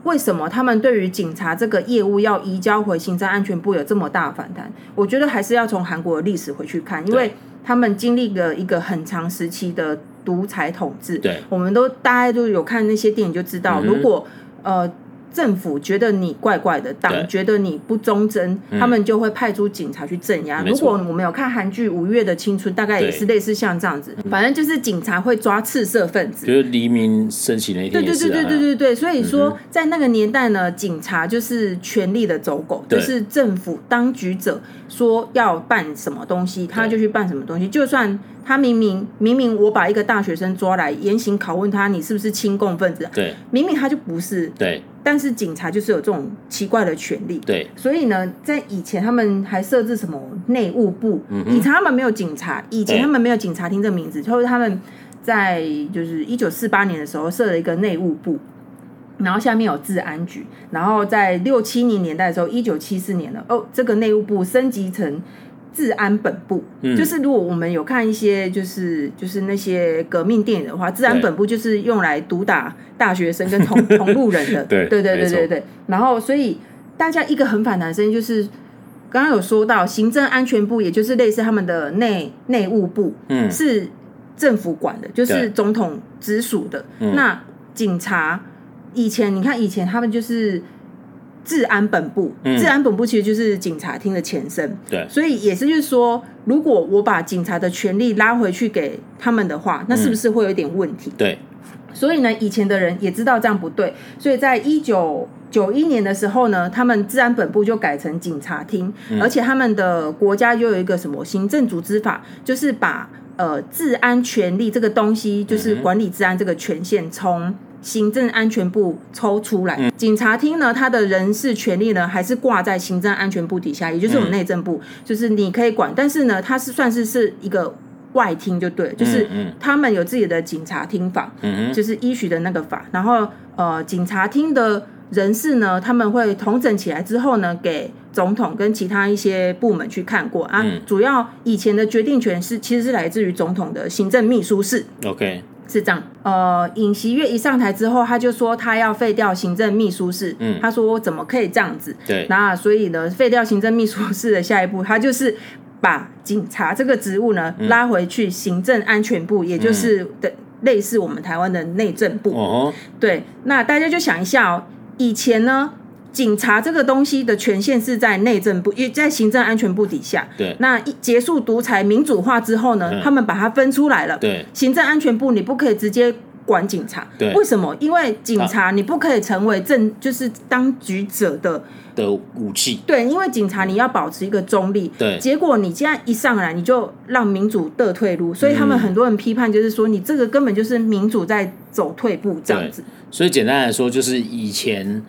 B: 为什么他们对于警察这个业务要移交回行政安全部有这么大的反弹？我觉得还是要从韩国的历史回去看，因为他们经历了一个很长时期的独裁统治。
A: 对，
B: 我们都大概都有看那些电影就知道，
A: 嗯哼
B: 如果呃政府觉得你怪怪的，党
A: 对嗯
B: 觉得你不忠贞，他们就会派出警察去镇压。
A: 没
B: 如
A: 错
B: 果我们有看韩剧《五月的青春》，大概也
A: 对嗯
B: 是类似像这样子，反正就是警察会抓赤色分子
A: 就。是黎明升起那一天
B: 对
A: 也
B: 对对
A: 是
B: 对
A: 啊，
B: 对对对，所以说在那个年代呢，警察就是权力的走狗，就
A: 对
B: 是政府当局者说要办什么东西，他就去办什么东西。就算他明明明明我把一个大学生抓来严刑拷问他，你是不是亲共分子？
A: 对
B: 明明他就不是，
A: 对
B: 但是警察就是有这种奇怪的权利。
A: 对
B: 所以呢，在以前他们还设置什么内务部，以前他们没有警察，以前
A: 对
B: 他们没有警察厅这个名字，就是他们在就是一九四八年的时候设了一个内务部。然后下面有治安局，然后在六七零年代的时候，一九七四年了，哦，这个内务部升级成治安本部，
A: 嗯
B: 就是如果我们有看一些就是就是那些革命电影的话，治安
A: 对
B: 本部就是用来毒打大学生跟
A: (laughs)
B: 同同路人的，
A: 对
B: 对对
A: 没
B: 对
A: 错
B: 对对。然后所以大家一个很反弹的声音就是，刚刚有说到行政安全部，也就是类似他们的内内务部，
A: 嗯
B: 是政府管的，就是
A: 对嗯
B: 总统直属的。那警察以前你看以前他们就是。治安本部，治安本部其实就是警察厅的前身。
A: 嗯对
B: 所以也是就是说，如果我把警察的权利拉回去给他们的话，那是不是会有一点问题？
A: 对，
B: 所以呢，以前的人也知道这样不对，所以在一九九一年的时候呢，他们治安本部就改成警察厅，而且他们的国家又有一个什么行政组织法，就是把呃治安权利这个东西，就是管理治安这个权限从。行政安全部抽出来，警察厅呢，它的人事权利呢，还是挂在行政安全部底下，也就是我们内政部，就是你可以管，但是呢，它是算是是一个外厅就对了，就是
A: 嗯嗯
B: 他们有自己的警察厅法，就是医学的那个法，然后呃，警察厅的人士呢，他们会统整起来之后呢，给总统跟其他一些部门去看过啊。主要以前的决定权是其实是来自于总统的行政秘书室，
A: OK，
B: 是这样。呃，尹锡悦一上台之后，他就说他要废掉行政秘书室，嗯，他说怎么可以这样子？
A: 对
B: 那所以呢，废掉行政秘书室的下一步，他就是把警察这个职务呢、
A: 嗯
B: 拉回去行政安全部，也就是的、类似我们台湾的内政部。
A: 哦吼，
B: 对，那大家就想一下哦，以前呢，警察这个东西的权限是在内政部，也在行政安全部底下。
A: 对
B: 那一结束独裁民主化之后呢，他们把它分出来了。
A: 嗯对
B: 行政安全部你不可以直接管警察，
A: 对啊
B: 为什么？因为警察你不可以成为政，就是当局者的
A: 的武器，
B: 对，因为警察你要保持一个中立，
A: 对
B: 结果你现在一上来你就让民主的退路，所以
A: 嗯
B: 他们很多人批判就是说，你这个根本就是民主在走退步这样
A: 对
B: 子，
A: 所以简单来说，就是以前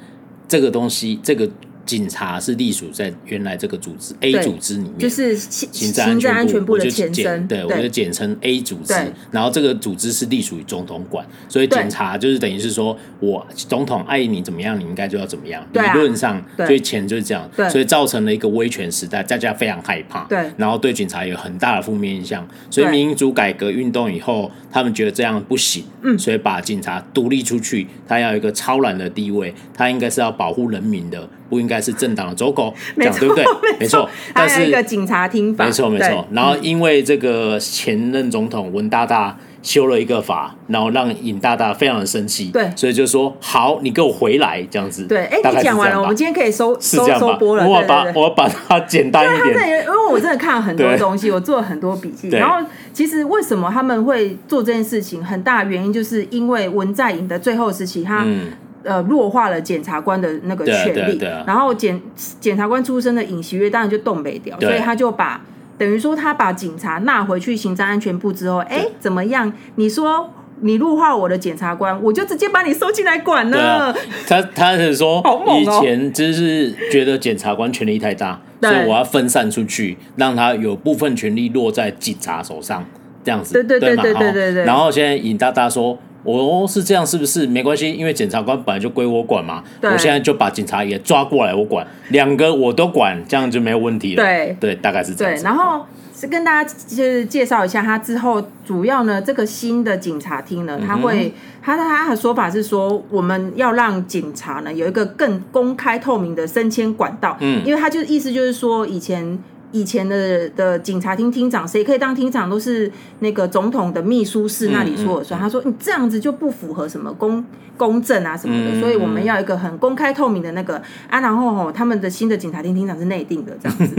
A: 这个东西，这个警察是隶属在原来这个组织 A
B: 对
A: 组织里面，
B: 就是行
A: 行
B: 行
A: 政
B: 政安全
A: 部
B: 部的
A: 我就
B: 前
A: 简
B: 身，
A: 对，我就简称 A 组织
B: 对。
A: 然后这个组织是隶属于总统管，所以
B: 对
A: 警察就是等于是说我总统爱你怎么样，你应该就要怎么样。
B: 对啊
A: 理论上，
B: 对
A: 最前就是这样
B: 对，
A: 所以造成了一个威权时代，大家非常害怕，
B: 对
A: 然后对警察有很大的负面印象。所以
B: 对
A: 民主改革运动以后，他们觉得这样不行，
B: 嗯
A: 所以把警察独立出去，他要有一个超然的地位，他应该是要保护人民的，不应该是政党的走狗，这
B: 没
A: 样
B: 错
A: 对不对？没错，但
B: 还有
A: 是
B: 一个警察厅法，
A: 没错没
B: 对
A: 错。然后因为这个前任总统文大大修了一个法，然后让尹大大非常的生气，
B: 对
A: 所以就说好，你给我回来这样子。
B: 对，哎、
A: 大概
B: 你
A: 是
B: 讲完
A: 这样吧
B: 了，我们今天可以收
A: 是
B: 收
A: 这样
B: 收
A: 吧？
B: 播了，
A: 我
B: 对
A: 要把
B: 对对。
A: 我要把它简单一
B: 他真
A: 点，
B: 的，因为我真的看了很多
A: 对
B: 东西，我做了很多笔记。
A: 对
B: 然后，其实为什么他们会做这件事情，很大原因就是因为文在寅的最后时期，他、
A: 嗯，
B: 呃弱化了检察官的那个
A: 对啊
B: 权
A: 对啊
B: 利，
A: 对啊
B: 然后检检察官出身的尹锡悦当然就动北掉，
A: 对
B: 所以他就把等于说他把警察纳回去行政安全部之后，哎，怎么样？你说你弱化我的检察官，我就直接把你收进来管
A: 对
B: 了
A: 啊。，他他是说
B: 好猛
A: 以
B: 哦
A: 前就是觉得检察官权力太大，
B: 对
A: 所以我要分散出去，让他有部分权力落在警察手上，这样子
B: 对对对
A: 吗
B: 对对
A: 哦
B: 对对
A: 然后现在尹大大说。哦，是这样，是不是？没关系，因为检察官本来就归我管嘛。
B: 对
A: 我现在就把警察也抓过来，我管两个我都管，这样就没有问题了。
B: 对
A: 对，大概是这样
B: 对，
A: 子。哦
B: 然后是跟大家就是介绍一下，他之后主要呢，这个新的警察厅呢，
A: 嗯
B: 他会、他他的说法是说，我们要让警察呢有一个更公开透明的升迁管道，
A: 嗯
B: 因为他就意思就是说以前。以前的的警察厅厅长，谁可以当厅长，都是那个总统的秘书室那
A: 嗯
B: 里说了算。他说你这样子就不符合什么公公正啊什么的，
A: 嗯
B: 所以我们
A: 嗯
B: 要一个很公开透明的那个啊。然后吼，他们的新的警察厅厅长是内定的这样子，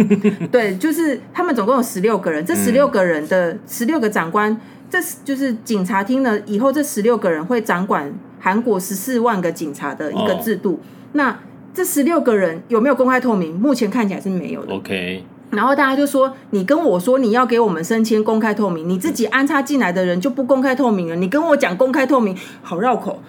B: 对，就是他们总共有十六个
A: 嗯
B: 人，这十六个人的十六个长官，这是就是警察厅呢，以后这十六个人会掌管韩国十四万个警察的一个
A: 哦
B: 制度。那这十六个人有没有公开透明？目前看起来是没有
A: 哦
B: 的。
A: OK，
B: 然后大家就说：“你跟我说你要给我们升迁公开透明，你自己安插进来的人就不公开透明了。你跟我讲公开透明，好绕
A: (laughs)
B: 口。”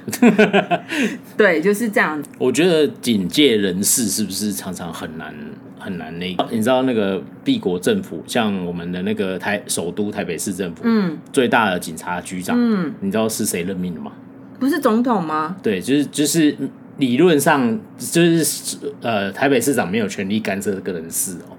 B: 对，就是这样。
A: 我觉得警戒人士是不是常常很难很难那个？你知道那个帝国政府，像我们的那个台首都台北市政府，
B: 嗯
A: 最大的警察局长，
B: 嗯，
A: 你知道是谁任命的吗？
B: 不是总统吗？
A: 对，就是就是理论上就是呃，台北市长没有权利干涉这个人事哦。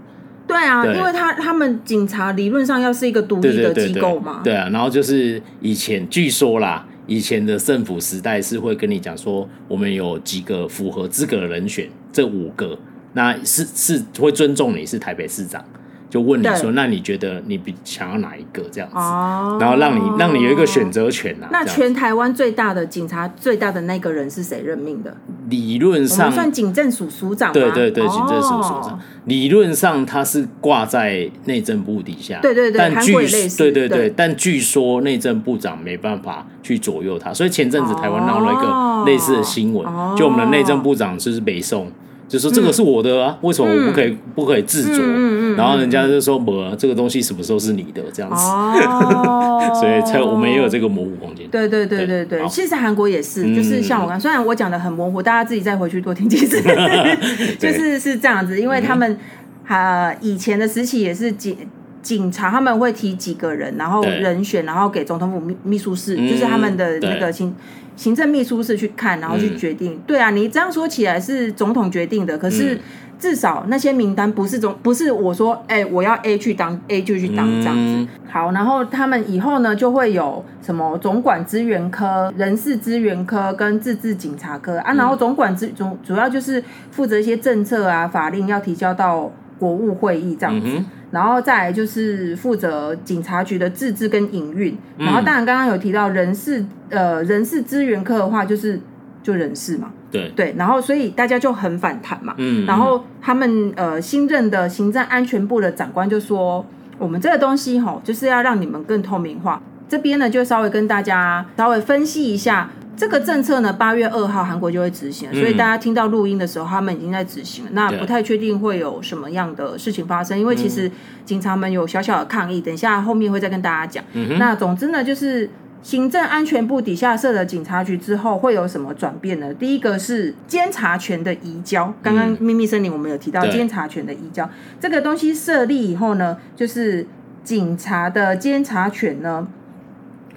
B: 对啊，
A: 对
B: 因为他他们警察理论上要是一个独
A: 对
B: 立
A: 对
B: 的
A: 对
B: 机
A: 对
B: 构嘛，
A: 对啊，然后就是以前据说啦，以前的政府时代是会跟你讲说，我们有几个符合资格的人选，这五个，那是是会尊重你是台北市长，就问你
B: 对
A: 说，那你觉得你比想要哪一个这样子，
B: 哦，
A: 然后让你让你有一个选。择权啊。
B: 那
A: 这样
B: 全台湾最大的警察最大的那个人是谁任命的？
A: 理论
B: 我们
A: 上
B: 算警政署署长吗？
A: 对对对，
B: 哦
A: 警政署署长，理论上他是挂在内政部底下，
B: 对对对
A: 但
B: 韩
A: 据
B: 国也类似
A: 对对
B: 对
A: 对，但据说内政部长没办法去左右他，所以前阵子台湾闹了一
B: 哦
A: 个类似的新闻，
B: 哦
A: 就我们的内政部长就是北宋。就说这个是我的啊，为什么我不可以、不可以自酌？
B: 嗯嗯嗯
A: 然后人家就说：“不，这个东西什么时候是你的？”这样子，
B: 哦
A: (laughs) ，所以才我们也有这个模糊空间。
B: 对对对
A: 对
B: 对对，
A: 好
B: 其实韩国也是，
A: 嗯
B: 就是像我刚，虽然我讲的很模糊，大家自己再回去多听
A: (laughs)
B: 几次， (laughs) 就是是这样子，因为
A: 嗯
B: 他们啊、以前的时期也是警警察他们会提几个人，然后
A: 对
B: 人选，然后给总统府秘秘书室，
A: 嗯
B: 就是他们的那个
A: 对嗯
B: 行行政秘书室去看，然后去决定。对啊，你这样说起来是总统决定的，可是。
A: 嗯
B: 至少那些名单不是总不是我说，哎、我要 A 去当 A 就去当这样子，
A: 嗯
B: 好，然后他们以后呢就会有什么总管资源科、人事资源科跟自治警察科
A: 嗯
B: 啊，然后总管资主主要就是负责一些政策啊、法令要提交到国务会议这样
A: 嗯
B: 子，
A: 哼，
B: 然后再来就是负责警察局的自治跟营运，然后
A: 嗯
B: 当然刚刚有提到人事呃人事资源科的话就是就人事嘛，
A: 对，
B: 对，然后所以大家就很反弹嘛，
A: 嗯，
B: 然后他们呃新任的行政安全部的长官就说，我们这个东西吼，就是要让你们更透明化。这边呢，就稍微跟大家稍微分析一下这个政策呢，八月二号韩国就会执行了，所以
A: 嗯
B: 大家听到录音的时候，他们已经在执行了。那
A: 对嗯
B: 不太确定会有什么样的事情发生，因为其实警察们有小小的抗议，等一下后面会再跟大家讲。
A: 嗯哼
B: 那总之呢，就是行政安全部底下设的警察局之后会有什么转变呢？第一个是监察权的移交，刚刚秘密森林我们有提到
A: 嗯对
B: 监察权的移交，这个东西设立以后呢，就是警察的监察权呢。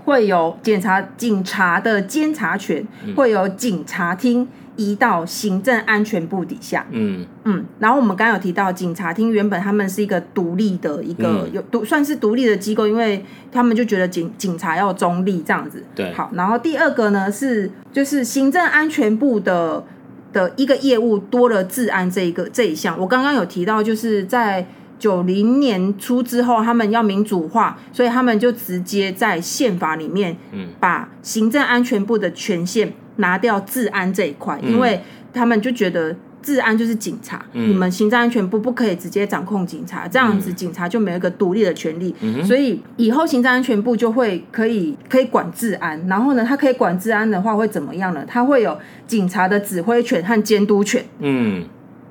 B: 会有检察警察的监察权，
A: 嗯
B: 会有警察厅移到行政安全部底下。
A: 嗯，
B: 嗯，然后我们刚刚有提到，警察厅原本他们是一个独立的一个、
A: 嗯
B: 有独算是独立的机构，因为他们就觉得警警察要中立这样子。
A: 对
B: 好，然后第二个呢是就是行政安全部的的一个业务多了治安这一个这一项，我刚刚有提到，就是在九零年初之后，他们要民主化，所以他们就直接在宪法里面，
A: 嗯，
B: 把行政安全部的权限拿掉治安这一块，因为他们就觉得。治安就是警察，你们行政安全部不可以直接掌控警察，这样子警察就没有一个独立的权利。所以以后行政安全部就会可以可以管治安，然后呢，他可以管治安的话会怎么样呢？他会有警察的指挥权和监督权。
A: 嗯，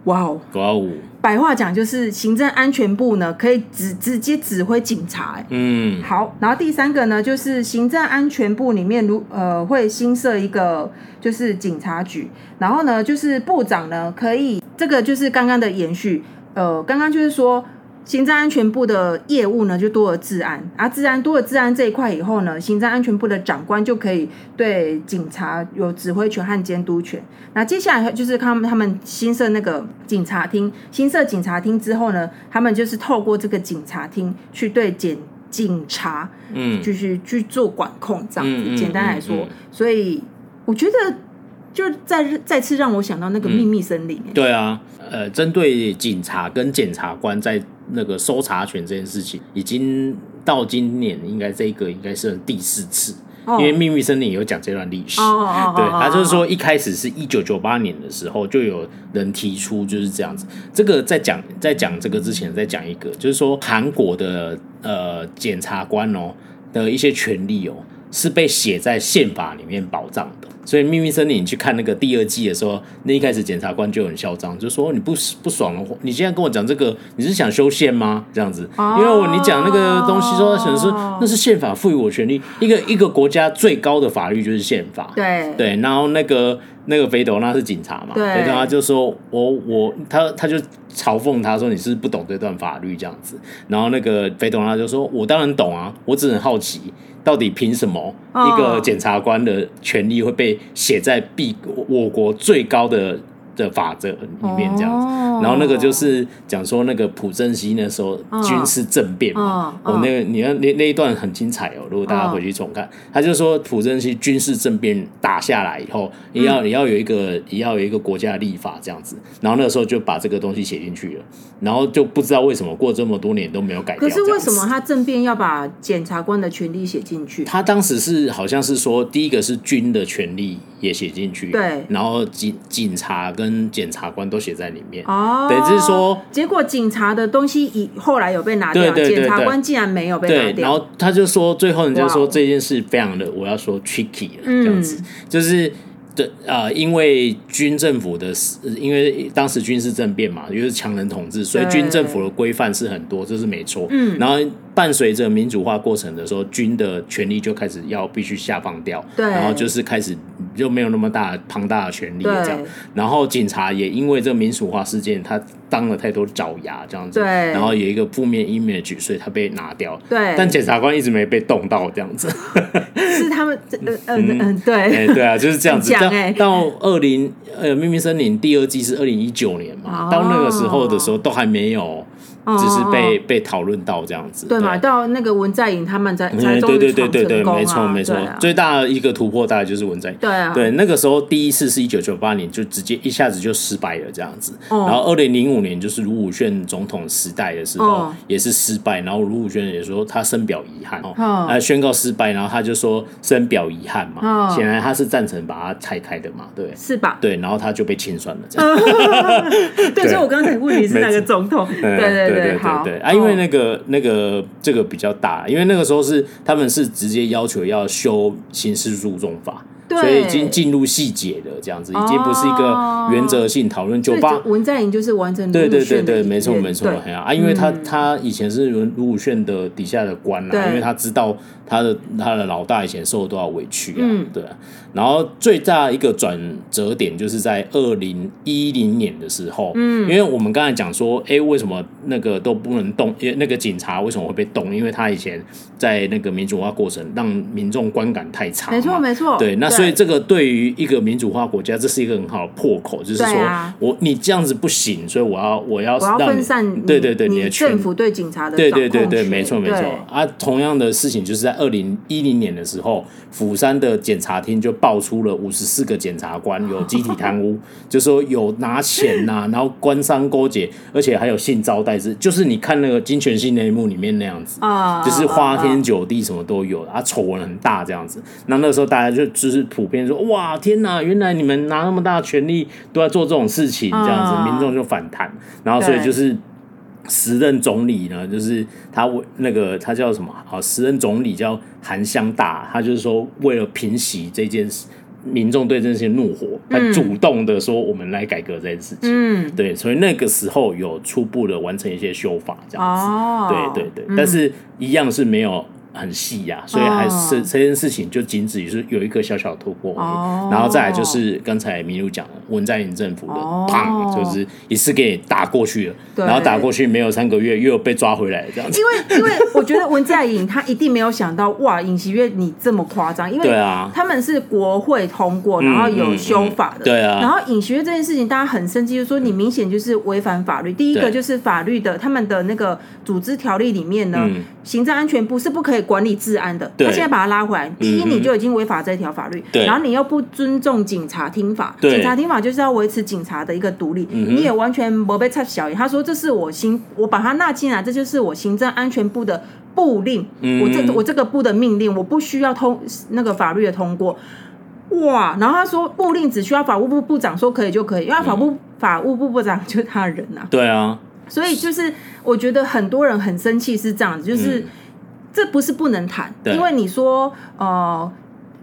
B: 哇哦，
A: 九幺五，
B: 白话讲就是行政安全部呢可以直直接指挥警察、欸。
A: 嗯
B: 好，然后第三个呢，就是行政安全部里面如呃会新设一个就是警察局，然后呢就是部长呢可以这个就是刚刚的延续，呃，刚刚就是说行政安全部的业务呢就多了治安，啊治安多了治安这一块以后呢，行政安全部的长官就可以对警察有指挥权和监督权。那接下来就是他们他们新设那个警察厅，新设警察厅之后呢，他们就是透过这个警察厅去对检。警察
A: 嗯，
B: 就是去做管控，这样子、
A: 嗯嗯
B: 简单来说，
A: 嗯嗯
B: 所以我觉得就再再次让我想到那个秘密森林、欸
A: 对啊，呃，针对警察跟检察官在那个搜查权这件事情，已经到今年应该这个应该是第四次，
B: 哦
A: 因为秘密森林有讲这段历史。
B: 哦哦哦哦，
A: 对，
B: 哦
A: 他就是，说一开始是一九九八年的时候就有人提出就是这样子。这个在讲在讲这个之前再讲一个，就是说韩国的呃检察官哦的一些权利哦是被写在宪法里面保障的。所以《秘密森林》你去看那个第二季的时候，那一开始检察官就很嚣张，就说你不不爽的话，你现在跟我讲这个，你是想修宪吗？这样子，因为我你讲那个东西说，显示那是宪法赋予我权利，一个一个国家最高的法律就是宪法。
B: 对
A: 对，然后那个那个肥斗那是警察嘛，
B: 对
A: 然后他就说我我他他就嘲讽他说你是不是不懂这段法律这样子，然后那个肥斗那就说我当然懂啊，我只很好奇到底凭什么
B: 哦
A: 一个检察官的权利会被写在必我国最高的的法则里面这样子。
B: 哦
A: 然后那个就是讲说那个朴正熙那时候
B: 嗯
A: 军事政变嘛，
B: 嗯嗯
A: 哦我那个你看那那一段很精彩哦，如果大家回去重看，他就说朴正熙军事政变打下来以后，也要
B: 嗯
A: 也要有一个也要有一个国家的立法这样子，然后那个时候就把这个东西写进去了，然后就不知道为什么过这么多年都没有改掉。
B: 可是
A: 这
B: 为
A: 样子
B: 什么他政变要把检察官的权利写进去？
A: 他当时是好像是说，第一个是军的权利也写进去，
B: 对
A: 然后警警察跟检察官都写在里面，
B: 哦，
A: 等于是说，
B: 结果警察的东西以后来有被拿掉，
A: 对对对
B: 检察
A: 对
B: 官竟然没有被拿
A: 对，然
B: 掉，
A: 后他就说，最后人家说
B: 哇哦
A: 这件事非常的，我要说 tricky 了，
B: 嗯
A: 这样子，就是对呃，因为军政府的，呃因为当时军事政变嘛，就是强人统治，所以
B: 对
A: 军政府的规范是很多，这是没错。嗯，然后伴随着民主化过程的时候，军的权力就开始要必须下放掉，
B: 对
A: 然后就是开始就没有那么大庞大的权力了这样
B: 对。
A: 然后警察也因为这民主化事件，他当了太多爪牙这样子，
B: 对
A: 然后有一个负面 image，所以他被拿掉。
B: 对
A: 但检察官一直没被动到这样子。
B: 是他们，呃呃嗯嗯，对
A: 哎、对啊，就是这样子。
B: (laughs) 很
A: 到
B: 强欸
A: 到二零呃《秘密森林》第二季是二零一九年嘛，
B: 哦
A: 到那个时候的时候都还没有，只是被、被讨论到这样子。
B: 对嘛？到那个文在寅他们才才
A: 嗯，
B: 终
A: 对
B: 于
A: 对对
B: 闯
A: 对对，
B: 成功啊，
A: 没错没错
B: 对啊，
A: 最大的一个突破大概就是文在寅。
B: 对啊，
A: 对，那个时候第一次是一九九八年，就直接一下子就失败了这样子。
B: 哦
A: 然后二零零五年就是卢武铉总统时代的时候，
B: 哦
A: 也是失败。然后卢武铉也说他深表遗憾哦，
B: 哦
A: 呃宣告失败，然后他就说深表遗憾嘛。
B: 哦
A: 显然他是赞成把它拆开的嘛，对
B: 是吧？
A: 对，然后他就被清
B: (laughs)
A: 算了这样。
B: 对，所以我刚才问你是哪个总统？对
A: 嗯 (laughs)
B: 对
A: 对
B: 好。
A: 对啊，因为
B: 哦
A: 那个那个这个比较大，因为那个时候是他们是直接要求要修刑事诉讼法。
B: 对
A: 所以已经进入细节了，这样子已经不是一个原则性讨论。酒
B: 对，
A: 吧
B: 这文在寅哦就是完整
A: 对对对
B: 入选的
A: 对，
B: 一
A: 没错
B: 员
A: 没错，
B: 对嗯
A: 哎呀啊，因为他、他以前是卢卢武铉的底下的官啦、
B: 对
A: 因为他知道他的他的老大以前受了多少委屈啊，
B: 嗯
A: 对啊。然后最大一个转折点就是在二零一零年的时候，嗯，因为我们刚才讲说，哎，为什么那个都不能动？因为那个警察为什么会被动？因为他以前在那个民主化过程让民众观感太差嘛，
B: 没错没错，
A: 对，那所以这个对于一个民主化国家，这是一个很好的破口，就是
B: 对
A: 说
B: 啊
A: 我你这样子不行，所以我要我要
B: 我要
A: 让
B: 分
A: 你
B: 散你
A: 对对对
B: 你
A: 的权
B: 政。府对警察的
A: 对
B: 掌控
A: 对对对，
B: 权
A: 没错没错
B: 对
A: 啊！同样的事情就是在二零一零年的时候，釜山的检察厅就爆出了五十四个检察
B: (laughs)
A: 官有集体贪污，就说有拿钱呐、然后官商勾结，而且还有性招待之，就是你看那个金泉系那一幕里面那样子
B: 啊，
A: 就是花
B: 啊
A: 天酒地什么都有啊，丑闻很大这样子。那那时候大家就就是普遍说，哇，天哪，原来你们拿那么大的权力都在做这种事情，这样子，
B: 啊
A: 民众就反弹，然后所以
B: 对
A: 就是。时任总理呢，就是他为那个他叫什么？啊，时任总理叫韩湘大，他就是说为了平息这件事，民众对这些怒火，他主动的说我们来改革这件事情。
B: 嗯
A: 对，所以那个时候有初步的完成一些修法，这样子。
B: 哦，
A: 对对对，但是一样是没有很细呀、所以还是、
B: 哦
A: 这件事情就仅止于是有一个小小突破而已。
B: 哦
A: 然后再来就是刚才麋鹿讲的文在寅政府的，
B: 哦
A: 砰，就是一次给你打过去了，
B: 对
A: 然后打过去没有三个月又被抓回来这样子。
B: 因为因为我觉得文在寅他一定没有想到哇，尹锡悦你这么夸张，因
A: 对
B: 为
A: 啊，嗯
B: 他们是国会通过，然后有修法
A: 嗯嗯
B: 的，
A: 对啊
B: 然后尹锡悦这件事情，大家很生气，就说你明显就是违反法律。第一个
A: 对
B: 就是法律的他们的那个组织条例里面呢
A: 嗯，
B: 行政安全部是不可以管理治安的，他
A: 对
B: 现在把它拉回来，第
A: 嗯
B: 一
A: 哼
B: 你就已经违反这条法律，
A: 对
B: 然后你又不尊重警察听法，
A: 对嗯
B: 警察听法就是要维持警察的一个独立，你也完全没被插小眼。他说这是我行，我把它纳进来，这就是我行政安全部的。布令，
A: 嗯
B: 我这我这个部的命令，我不需要通那个法律的通过，哇！然后他说布令只需要法务部部长说可以就可以，因为法务、
A: 嗯
B: 法务部部长就是他的人呐、啊，
A: 对啊，
B: 所以就是我觉得很多人很生气是这样子，就是、
A: 嗯
B: 这不是不能谈，
A: 对
B: 因为你说呃。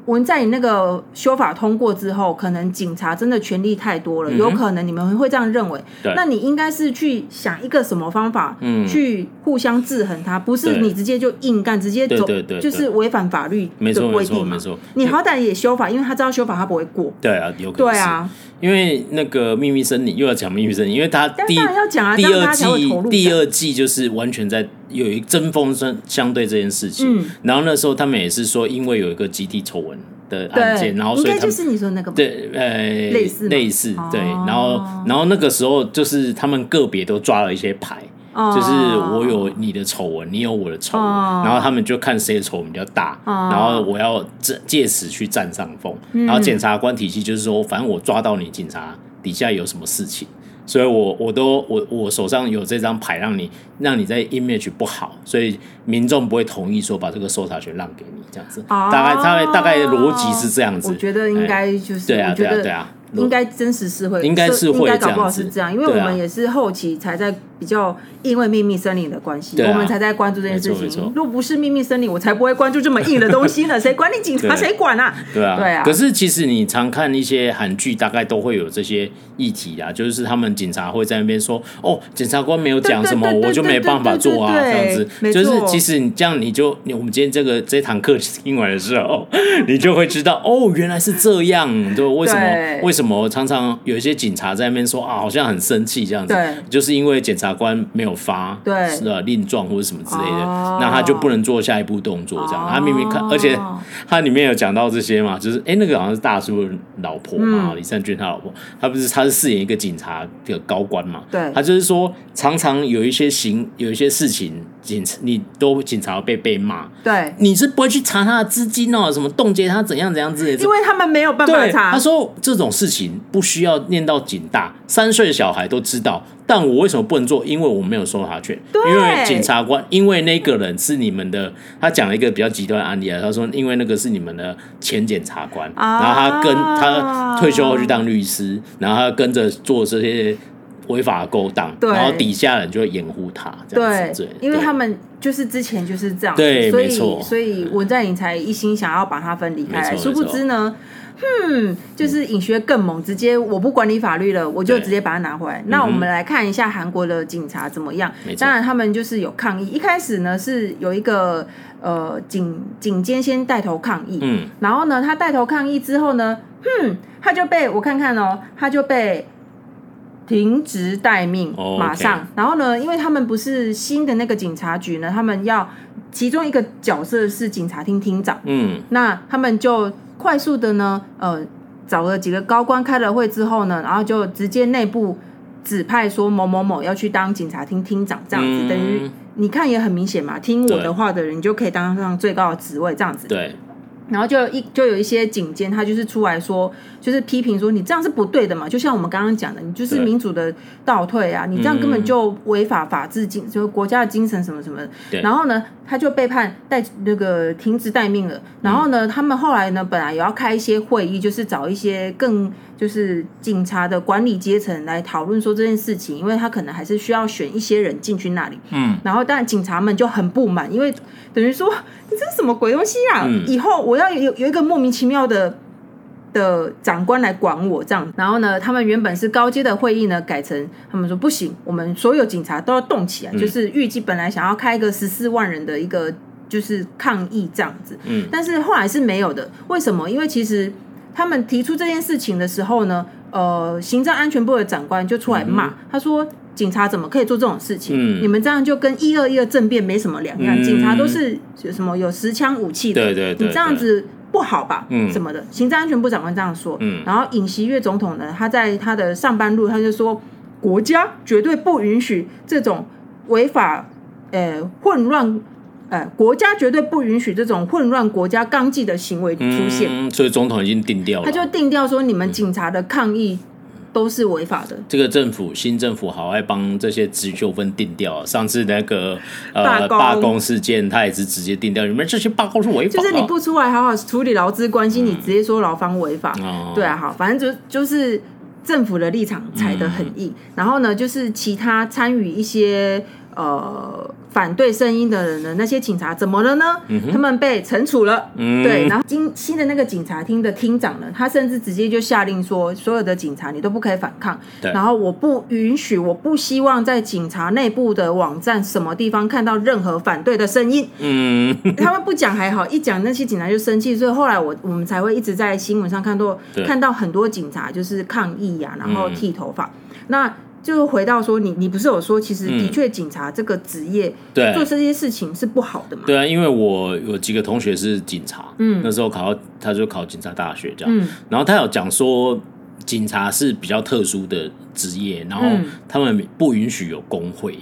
B: 文在寅那个修法通过之后，可能警察真的权力太多了，有可能你们会这样认为
A: 嗯对。
B: 那你应该是去想一个什么方法，
A: 嗯
B: 去互相制衡它，不是
A: 对
B: 你直接就硬干，直接走，
A: 对对对对
B: 就是违反法律
A: 没
B: 的
A: 错没
B: 规
A: 错
B: 定
A: 没
B: 嘛。
A: 错，
B: 啊你好歹也修法，因为他知道修法他不会过。
A: 对啊，有可能
B: 对
A: 是，
B: 啊，
A: 因为那个秘密森林又要讲秘密森林，因为他
B: 但
A: 第
B: 当然要讲啊，
A: 第
B: 这样大
A: 二
B: 家才会
A: 季
B: 投入。
A: 第，二季就是完全在有一针锋相相对这件事情、
B: 嗯
A: 然后那时候他们也是说，因为有一个集体丑闻的案
B: 对，
A: 件，然后
B: 应
A: 所以
B: 该
A: 他
B: 就
A: 们。
B: 是你说那个吧
A: 对，呃，
B: 类似吗
A: 类似，对，
B: 哦
A: 然后然后那个时候就是他们个别都抓了一些牌，
B: 哦
A: 就是我有你的丑闻，你有我的丑闻，
B: 哦
A: 然后他们就看谁的丑闻比较大，
B: 哦嗯
A: 然后我要借借此去占上风。然后检察官体系就是说，反正我抓到你警察底下有什么事情。所以我我都我我手上有这张牌，让你让你在 image 不好，所以民众不会同意说把这个搜查权让给你这样子，
B: 哦
A: 大概大概大概逻辑是这样子。
B: 我觉得应
A: 哎
B: 该就是，
A: 对啊
B: 我觉
A: 对啊
B: 得
A: 对啊
B: 应该真实是会，
A: 应该是会
B: 应该搞
A: 这
B: 不好
A: 样
B: 是
A: 子
B: 这样，因为
A: 对
B: 我
A: 啊
B: 们也是后期才在比较因为秘密森林的关系，
A: 对啊
B: 我们才在关注这件事
A: 没错没
B: 情
A: 错。
B: 如果不是秘密森林，我才不会关注这么硬的东西呢，谁管你警察，
A: 对
B: 谁管啊？
A: 对啊，
B: 对啊
A: 可是其实你常看一些韩剧，大概都会有这些议题啊，就是他们警察会在那边说：“哦，检察官没有讲什么，
B: 对对对对
A: 我就没办法做啊。”
B: 对对
A: 这
B: 对
A: 样子，
B: 没错
A: 就是其实你这样，你就你我们今天这个这堂课听完的时候， (laughs) 你就会知道哦，原来是这样。对，为什么
B: 对
A: 为什么常常有一些警察在那边说啊，好像很生气这样子
B: 对，
A: 就是因为检察官没有发
B: 对
A: 呃令状或者什么之类的，
B: 哦
A: 那他就不能做下一步动作这样。他明明看，而且。
B: 哦
A: 它里面有讲到这些嘛，就是哎、诶那个好像是大叔的老婆嘛，
B: 嗯
A: 李善均他老婆，她不是她是饰演一个警察的高官嘛，
B: 对
A: 她就是说常常有一些行有一些事情，警察你都警察被被骂，
B: 对，
A: 你是不会去查他的资金哦，什么冻结他怎样怎样之类的，
B: 因为他们没有办法
A: 对，
B: 查
A: 他，说这种事情不需要念到警大，三岁的小孩都知道。但我为什么不能做？因为我没有搜查权，
B: 对
A: 因为检察官，因为那个人是你们的。他讲了一个比较极端的案例啊，他说因为那个是你们的前检察官，
B: 啊
A: 然后他跟他退休后去当律师，然后他跟着做这些违法的勾当，
B: 对
A: 然后底下人就会掩护他，这样
B: 对
A: 子，对，
B: 因为
A: 对
B: 他们就是之前就是这样子，
A: 对
B: 所
A: 没错
B: 以所以文在寅才一心想要把它分离
A: 没
B: 开来，
A: 错
B: 殊不知呢，嗯，就是尹学更猛，直接我不管理法律了，我就
A: 对嗯
B: 直接把它拿回来。那我们来看一下韩国的警察怎么样
A: 没。错
B: 当然，他们就是有抗议。一开始呢是有一个呃警警监先带头抗议，
A: 嗯，
B: 然后呢他带头抗议之后呢，哼，他就被我看看哦，他就被。停职待命
A: 哦，
B: 马
A: OK
B: 上。然后呢，因为他们不是新的那个警察局呢，他们要其中一个角色是警察厅厅长。
A: 嗯，
B: 那他们就快速的呢，呃，找了几个高官开了会之后呢，然后就直接内部指派说某某某要去当警察厅厅长，这样子、
A: 嗯
B: 等于你看也很明显嘛，听我
A: 对
B: 的话的人你就可以当上最高的职位这样子。
A: 对，
B: 然后就有一就有一些警监，他就是出来说，就是批评说你这样是不对的嘛，就像我们刚刚讲的，你就是
A: 对
B: 民主的倒退啊，你这样根本就违法法治精，就是国家的精神什么什么的
A: 对
B: 然后呢，他就被判带那个停职待命了。然后呢，他们后来呢，本来也要开一些会议，就是找一些更就是警察的管理阶层来讨论说这件事情，因为他可能还是需要选一些人进去那里。
A: 嗯，
B: 然后但警察们就很不满，因为等于说你这是什么鬼东西啊！
A: 嗯
B: 以后我要有有一个莫名其妙的。的长官来管我这样，然后呢，他们原本是高阶的会议呢，改成他们说不行，我们所有警察都要动起来，
A: 嗯
B: 就是预计本来想要开一个十四万人的一个就是抗议这样子，
A: 嗯，
B: 但是后来是没有的，为什么？因为其实他们提出这件事情的时候呢，呃，行政安全部的长官就出来骂，他说警察怎么可以做这种事情？
A: 嗯
B: 你们这样就跟一二一二政变没什么两样，
A: 嗯
B: 警察都是有什么有实枪武器的，
A: 对对对，
B: 你这样
A: 对，
B: 子不好吧？
A: 嗯
B: 什么的，行政安全部长官这样说。
A: 嗯
B: 然后尹锡悦总统呢，他在他的上班路，他就说，国家绝对不允许这种违法、呃混乱、呃国家绝对不允许这种混乱国家纲纪的行为出现。
A: 嗯，所以总统已经定掉了，
B: 他就定调说，你们警察的抗议都是违法的。
A: 这个政府新政府好爱帮这些职纠纷定掉、上次那个
B: 罢
A: 呃
B: 工
A: 罢工事件，他也是直接定掉，你们这些罢工是违法
B: 就
A: 的
B: 是
A: 啊、
B: 你不出来好好处理劳资关
A: 嗯
B: 系，你直接说劳方违法，
A: 哦
B: 对啊，好，反正就就是政府的立场踩得很硬，然后呢，就是其他参与一些呃反对声音的人呢，那些警察怎么了呢？他们被惩处了，
A: 嗯
B: 对，然后新新的那个警察厅的厅长呢，他甚至直接就下令说，所有的警察你都不可以反抗，
A: 对
B: 然后我不允许，我不希望在警察内部的网站什么地方看到任何反对的声音，
A: 嗯，
B: (laughs) 他们不讲还好，一讲那些警察就生气，所以后来我我们才会一直在新闻上看到
A: 对嗯
B: 看到很多警察就是抗议呀、然后剃头发。那就回到说，你你不是有说，其实的确警察这个职业、
A: 嗯对
B: 做这些事情是不好的嘛？
A: 对啊，因为我有几个同学是警察，嗯，那时候考到他就考警察大学这样，
B: 嗯
A: 然后他有讲说警察是比较特殊的职业，然后
B: 嗯
A: 他们不允许有工会，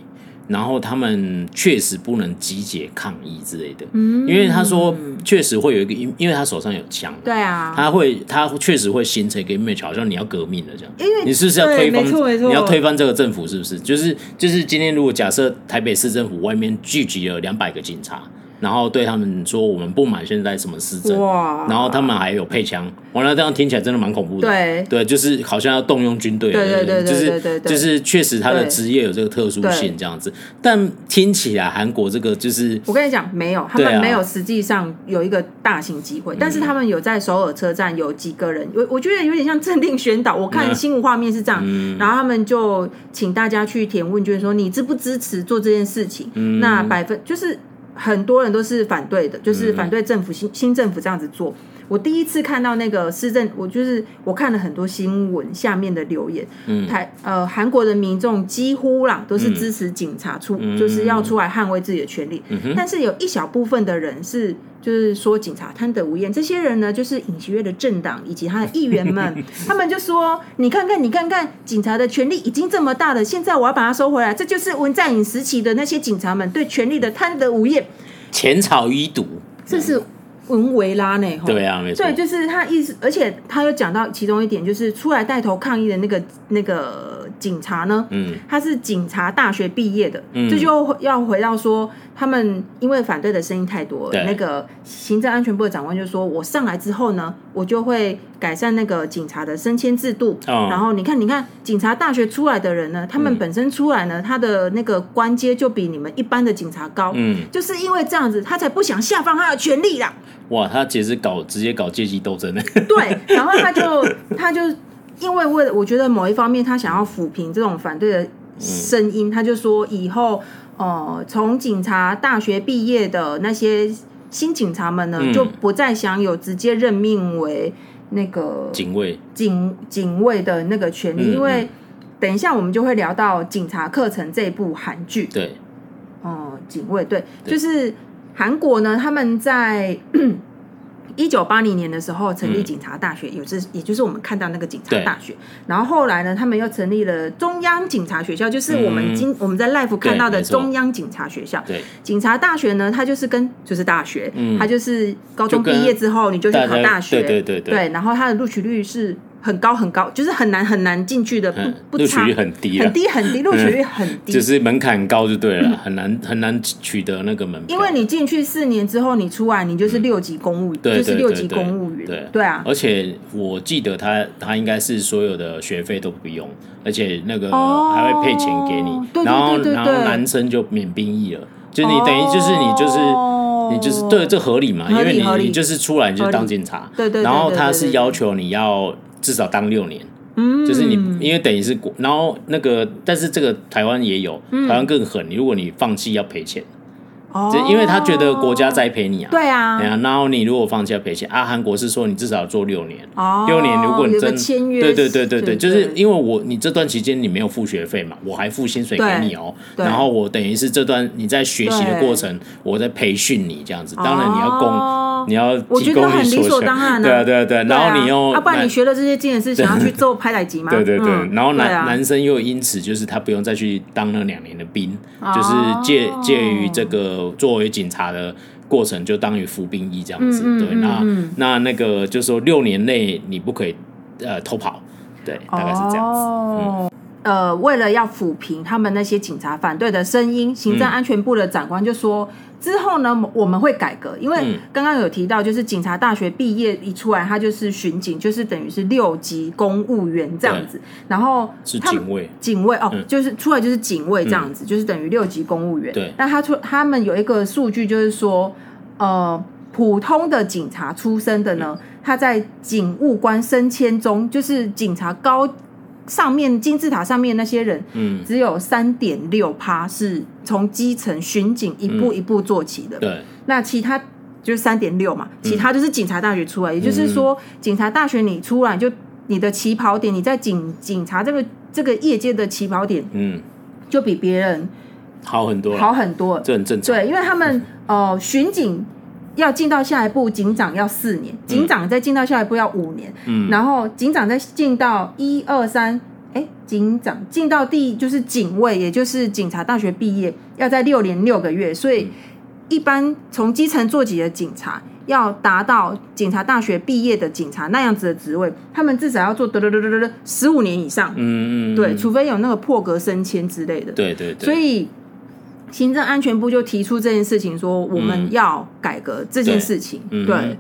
A: 然后他们确实不能集结抗议之类的，
B: 嗯
A: 因为他说确实会有一个，因因为他手上有枪，
B: 对啊，
A: 他会，他确实会形成一个 image，好像你要革命了这样。
B: 因为
A: 你是不是要
B: 对
A: 推翻？
B: 没错没错
A: 你要推翻这个政府是不是？就是就是今天如果假设台北市政府外面聚集了两百个警察，然后对他们说我们不满现在什么施政，
B: 哇，
A: 然后他们还有配枪，完了这样听起来真的蛮恐怖的。
B: 对
A: 对，就是好像要动用军队了，
B: 对对
A: 对不
B: 对对
A: 就
B: 对对
A: 是
B: 对
A: 就是确实他的
B: 对
A: 职业有这个特殊性
B: 对
A: 这样子，但听起来韩国这个就是
B: 我跟你讲，没有，他
A: 对
B: 们
A: 啊嗯
B: 没有实际上有一个大型集会，但是他们有在首尔车站有几个人，我我觉得有点像政令宣导。我
A: 嗯
B: 看新闻画面是这样，然后他们就请大家去填问卷，说你支不支持做这件事情？
A: 嗯
B: 那百分就是很多人都是反对的，就是
A: 嗯
B: 反对政府新新政府这样子做。我第一次看到那个市政，我就是我看了很多新闻下面的留言，台呃韩国的民众几乎啦都是支持警察出，就是要出来捍卫自己的权利。但是有一小部分的人是就是说警察贪得无厌，这些人呢就是尹锡悦的政党以及他的议员们，他们就说你看看你看看，警察的权力已经这么大了，现在我要把它收回来，这就是文在寅时期的那些警察们对权力的贪得无厌，
A: 浅草一毒。
B: 这是文维拉呢？吼
A: 对啊，没错
B: 对，，就是他意思，而且他又讲到其中一点，就是出来带头抗议的那个那个个警察呢，
A: 嗯，
B: 他是警察大学毕业的，
A: 嗯
B: 这就要回到说，他们因为反对的声音太多了
A: 对，
B: 那个行政安全部的长官就说，我上来之后呢，我就会改善那个警察的升迁制度，
A: 哦嗯
B: 然后你看，你看，警察大学出来的人呢，他们本身出来呢，他的那个官阶就比你们一般的警察高，
A: 嗯，
B: 就是因为这样子，他才不想下放他的权利啦。
A: 哇，他其实搞直接搞阶级斗
B: (laughs)
A: 争的，
B: 对，然后他就他就因为为了我觉得某一方面他想要抚平这种反对的声
A: 嗯
B: 音，他就说以后呃从警察大学毕业的那些新警察们呢，
A: 嗯
B: 就不再享有直接任命为那个
A: 警卫，
B: 警警卫的那个权利，
A: 嗯
B: 因为等一下我们就会聊到警察课程这部韩剧。
A: 对，
B: 哦，警卫对，
A: 对
B: 就是韩国呢，他们在 (clears throat) 一九八零年的时候成立
A: 嗯
B: 警察大学，有这也就是我们看到那个警察
A: 对
B: 大学。然后后来呢，他们又成立了中央警察学校，就是我
A: 嗯
B: 们今、我们在 Life 看到的
A: 没错
B: 中央警察学校。
A: 对，
B: 警察大学呢，它就是跟就是大学，
A: 嗯
B: 它就是高中
A: 就
B: 毕
A: 跟
B: 业之后你就去
A: 大
B: 考
A: 家
B: 大学，
A: 对对对对
B: 然后它的录取率是很高很高，就是很难很难进去的，不、
A: 嗯，
B: 不
A: 录取
B: 差
A: 率很低啊
B: 很，低很低，录取
A: (laughs)
B: 率很低，
A: 就是门槛高就对了，很难很难取得那个门票，
B: 因为你进去四年之后，你出来你就是六级公务，
A: 对
B: 就是
A: 对
B: 六
A: 对
B: 级
A: 对
B: 公务员，
A: 对
B: 啊，
A: 而且我记得他他应该是所有的学费都不用，而且那个
B: 哦
A: 还会配钱给你，
B: 对对
A: 然后
B: 对对
A: 然后
B: 对
A: 男生就免兵役了，就你等于就是你就是。
B: 哦
A: 你就是对，这合理嘛？因
B: 合理
A: 为
B: 合理
A: 你你就是出来你就
B: 合理
A: 当警察，
B: 对对对
A: 然后
B: 对对
A: 他
B: 对
A: 是
B: 对
A: 要求你要至少当六年，
B: 嗯，
A: 就是你因为等于是国，然后那个但是这个台湾也有，台湾更狠，如果你放弃要赔钱，
B: 嗯哦
A: 就因为他觉得国家栽培你啊，
B: 对啊
A: 对，啊，然后你如果放弃要赔钱啊，韩国是说你至少要做六年，
B: 哦，
A: 六年，如果你
B: 有个
A: 真
B: 签约，
A: 对对对对对，
B: 对，
A: 就是因为我你这段期间你没有付学费嘛，我还付薪水给你哦，
B: 对对
A: 然后我等于是这段你在学习的过程，我在培训你这样子，当然你要供，
B: 哦
A: 你要
B: 我
A: 提
B: 觉得
A: 供
B: 很
A: 你
B: 理所
A: 所学，
B: 当然啊
A: 对啊对啊对啊，
B: 对啊
A: 然后你又
B: 啊，不然
A: 男
B: 你学了这些件事，想要去做拍奶集
A: (laughs)
B: 吗？
A: 对对对，
B: 嗯
A: 然后男、
B: 对啊
A: 男生又因此就是他不用再去当那两年的兵，
B: 哦
A: 就是介介于这个作为警察的过程，就当于服兵役这样子。
B: 嗯嗯
A: 对，
B: 嗯
A: 那、
B: 嗯
A: 那那个就说六年内你不可以呃偷跑，对，大概是这样子。
B: 哦呃，为了要抚平他们那些警察反对的声音，行政安全部的长官就说，之后呢，我们会改革，因为
A: 嗯
B: 刚刚有提到，就是警察大学毕业一出来，他就是巡警，就是等于是六级公务员这样子，然后
A: 是
B: 他们
A: 警卫，
B: 警卫哦，
A: 嗯
B: 就是出来就是警卫这样子，就是等于六级公务员。
A: 对
B: 那他出他们有一个数据，就是说，呃，普通的警察出身的呢，
A: 嗯
B: 他在警务官升迁中，就是警察高上面金字塔上面那些人，
A: 嗯，
B: 只有三点六趴是从基层巡警一
A: 嗯
B: 步一步做起的。
A: 对，
B: 那其他就是三点六嘛，其他就是警察大学出来，也就是说，警察大学你出来就你的起跑点，你在警警察这个这个业界的起跑点
A: 嗯，
B: 就比别人
A: 好很多了，
B: 好很多。
A: 这很正常。
B: 对，因为他们呃巡警要进到下一步，警长要四年，警长再进到下一步要五年，
A: 嗯
B: 然后警长再进到一二三。哎，警长进到第就是警卫，也就是警察大学毕业，要在六年六个月，所
A: 嗯
B: 以一般从基层做起的警察，要达到警察大学毕业的警察那样子的职位，他们至少要做得得得得得十五年以上，
A: 嗯嗯，嗯
B: 对，，除非有那个破格升迁之类的，
A: 对对对，
B: 所以行政安全部就提出这件事情，说我们要改革这件事情。
A: 嗯
B: 对，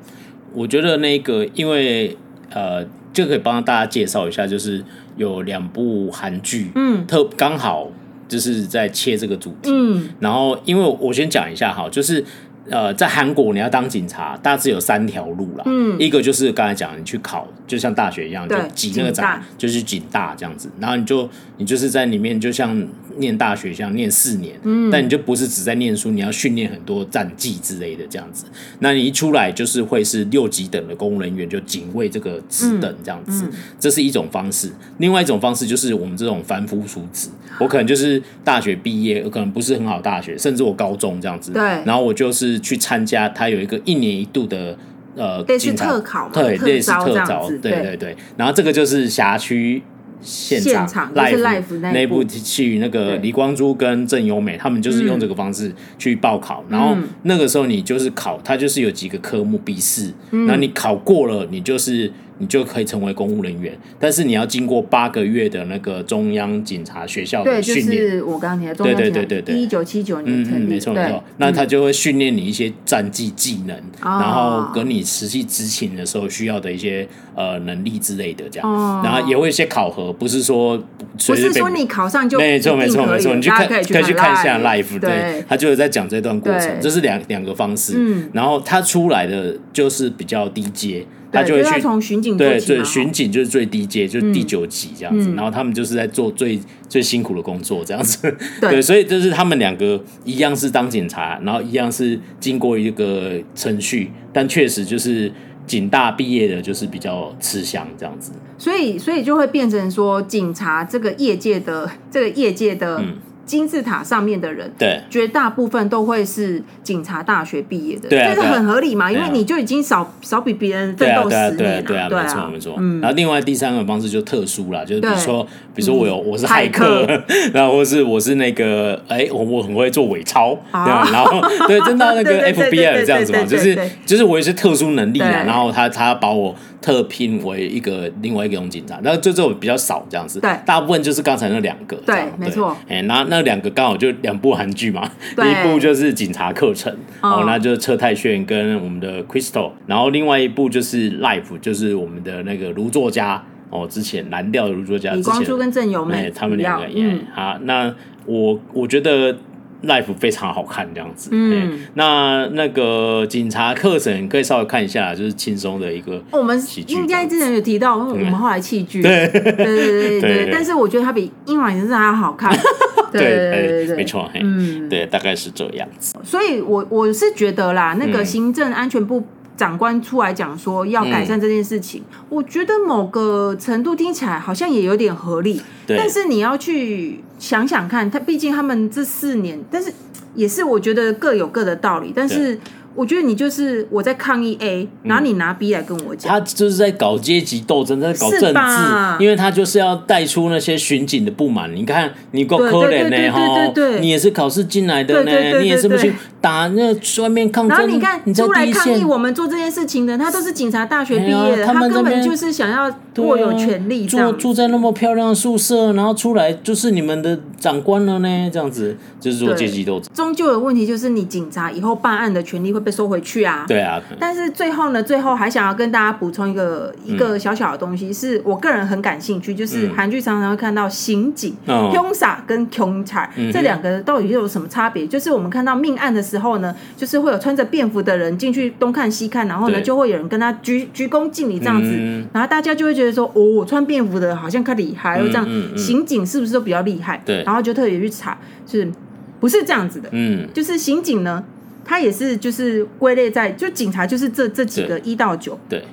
A: 我觉得那个，因为呃，就可以帮大家介绍一下，就是有两部韩剧，
B: 嗯
A: 特刚好就是在切这个主题。
B: 嗯，
A: 然后，因为我先讲一下哈，就是呃，在韩国你要当警察，大致有三条路啦。
B: 嗯
A: 一个就是刚才讲，你去考，就像大学一样，就
B: 对
A: 挤那个
B: 警
A: 展
B: 大，
A: 就是警大这样子。然后你就你就是在里面，就像念大学一样念四年，嗯，但你就不是只在念书，你要训练很多战绩之类的这样子。那你一出来就是会是六级等的公务人员，就警卫这个
B: 嗯
A: 职等这样子，这是一种方式。另外一种方式就是我们这种凡夫俗子，我可能就是大学毕业，我可能不是很好大学，甚至我高中这样子，
B: 对
A: 然后我就是去参加，他有一个一年一度的。呃，
B: 类似
A: 警察
B: 特考嘛
A: 对，
B: 特
A: 类似
B: 招
A: 特
B: 这样
A: 招
B: 子，
A: 对
B: 对
A: 对对。然后这个就是辖区现场
B: 现场就是 Live 那一
A: 那
B: 部
A: 去那个
B: 对嗯
A: 李光洙跟郑优美，他们就是用这个方式去报考。然后
B: 嗯
A: 那个时候你就是考，它就是有几个科目笔试，然后你考过了，你就是你就可以成为公务人员，但是你要经过八个月的那个中央警察学校
B: 对，
A: 的
B: 就
A: 训练。
B: 是我刚刚提的中央
A: 对对
B: 集团，
A: 对对对
B: 一九七九年
A: 嗯
B: 成
A: 嗯，
B: 立，
A: 没错没
B: 对嗯
A: 错，那他就会训练你一些战技技能，然后
B: 哦
A: 跟你实际执勤的时候需要的一些呃能力之类的这样，
B: 哦
A: 然后也会有一些考核，不是说
B: 不
A: 随随
B: 是
A: 便
B: 说你考上就
A: 没错
B: 一定
A: 没错
B: 可以
A: 没错，
B: 了
A: 你去
B: 大
A: 看
B: 家可以
A: 可以去看一下
B: live，
A: live，
B: 对，
A: 他就是在讲这段过程，
B: 对
A: 这是两两个方式，
B: 嗯
A: 然后他出来的就是比较低阶，他
B: 对
A: 就会
B: 是要
A: 去
B: 从巡警做
A: 对
B: 起嘛
A: 对，，巡警就是最低阶，就是第九级这样子。
B: 嗯
A: 然后他们就是在做最最辛苦的工作这样子。
B: 对
A: 所以就是他们两个一样是当警察，然后一样是经过一个程序，但确实就是警大毕业的，就是比较吃香这样子。
B: 所以所以就会变成说，警察这个业界的这个业界的
A: 嗯
B: 金字塔上面的人，
A: 对
B: 绝大部分都会是警察大学毕业的，
A: 对啊
B: 这个
A: 对啊
B: 很合理嘛，因
A: 对啊
B: 为你就已经少少比别人
A: 对
B: 奋
A: 啊
B: 斗
A: 对
B: 十
A: 啊对啊
B: 年
A: 对啊，
B: 对嗯
A: 没错没错。然后另外第三个方式就特殊啦，就是比如
B: 对嗯
A: 说比如说我有我是
B: 骇
A: 骇客， (laughs) 然后或是我是那个哎我我很会做伪钞，
B: 啊
A: 对吧？然
B: (laughs)
A: 后对，真的那
B: 对
A: 个
B: 对对对
A: FBI 有这样子嘛，
B: 对
A: 就
B: 对对
A: 是
B: 对
A: 就是我有一些特殊能力啦，
B: 对
A: 然后他他把我特聘为一个另外一种警察，然后就这种比较少这样子，
B: 对
A: 大部分就是刚才那两个，
B: 对
A: 这样
B: 没错，
A: 哎，那那两个刚好就两部韩剧嘛，(laughs)
B: 对
A: 一部就是《警察课程》，哦
B: 哦，
A: 那就是车太炫跟我们的 Crystal，然后另外一部就是《Life》，就是我们的那个卢作家哦，之前蓝调的卢作家，
B: 李
A: 之
B: 光
A: 前
B: 洙跟郑由
A: 哎
B: 美，
A: 他们两个
B: 一
A: 耶、
B: 样嗯，
A: 好，那我我觉得 Life 非常好看这样子，
B: 嗯
A: 哎那那个警察课程可以稍微看一下，就是轻松的一个，
B: 我们
A: 喜哎剧
B: 应该之前有提到，我们后来弃剧，
A: 对
B: 对对
A: 对
B: 对对，但是我觉得它比《英晚人生》还要
A: (laughs)
B: 好看，对对对
A: 哎
B: 对，
A: 没。错，嘿、
B: 嗯，
A: 对，大概是这样子，
B: 所以我我是觉得啦，那个行政安全部长官出来讲说要
A: 嗯
B: 改善这件事情，我觉得某个程度听起来好像也有点合理，
A: 对，
B: 但是你要去想想看，他毕竟他们这四年，但是也是我觉得各有各的道理，但是我觉得你就是我在抗议 A，然后你拿 B 来跟我讲，
A: 他就是在搞阶级斗争，在搞
B: 是
A: 政
B: 吧
A: 治，因为他就是要带出那些巡警的不满。你看，你够
B: 对
A: 可
B: 对
A: 怜
B: 对对
A: 呢，
B: 对
A: 哈，
B: 对
A: 你也是考试进来的
B: 对对
A: 呢，
B: 对
A: 你也是不
B: 对对
A: 去打那外面抗
B: 然后
A: 争，
B: 你看
A: 在
B: 出来
A: 第一
B: 抗议
A: 线，
B: 我们做这件事情的，他都是警察大学毕业
A: 哎
B: 的，
A: 呀他
B: 他
A: 们
B: 根
A: 这
B: 本
A: 边
B: 就是想要
A: 对啊
B: 握有权利这
A: 住
B: 样。
A: 住在那么漂亮的宿舍，然后出来就是你们的长官了呢，这样子就是做
B: 对
A: 阶级斗争。
B: 终究的问题就是，你警察以后办案的权利会被收回去啊。
A: 对啊，
B: 但是最后呢，最后还想要跟大家补充一个
A: 嗯
B: 一个小小的东西，是我个人很感兴趣，就是韩剧常常会看到刑警、
A: 嗯
B: 凶傻跟凶差这两个到底又有什么差别？就是我们看到命案的时候呢，就是会有穿着便服的人进去东看西看，然后呢
A: 对
B: 就会有人跟他鞠鞠躬敬礼这样子，
A: 嗯
B: 然后大家就会觉得说，哦，我穿便服的好像更厉害，又这样，
A: 嗯嗯
B: 刑警是不是都比较厉害？
A: 对
B: 然后就特别去查，是不是这样子的？
A: 嗯，
B: 就是刑警呢，他也是就是归类在就警察就是这这几个一到九，
A: 对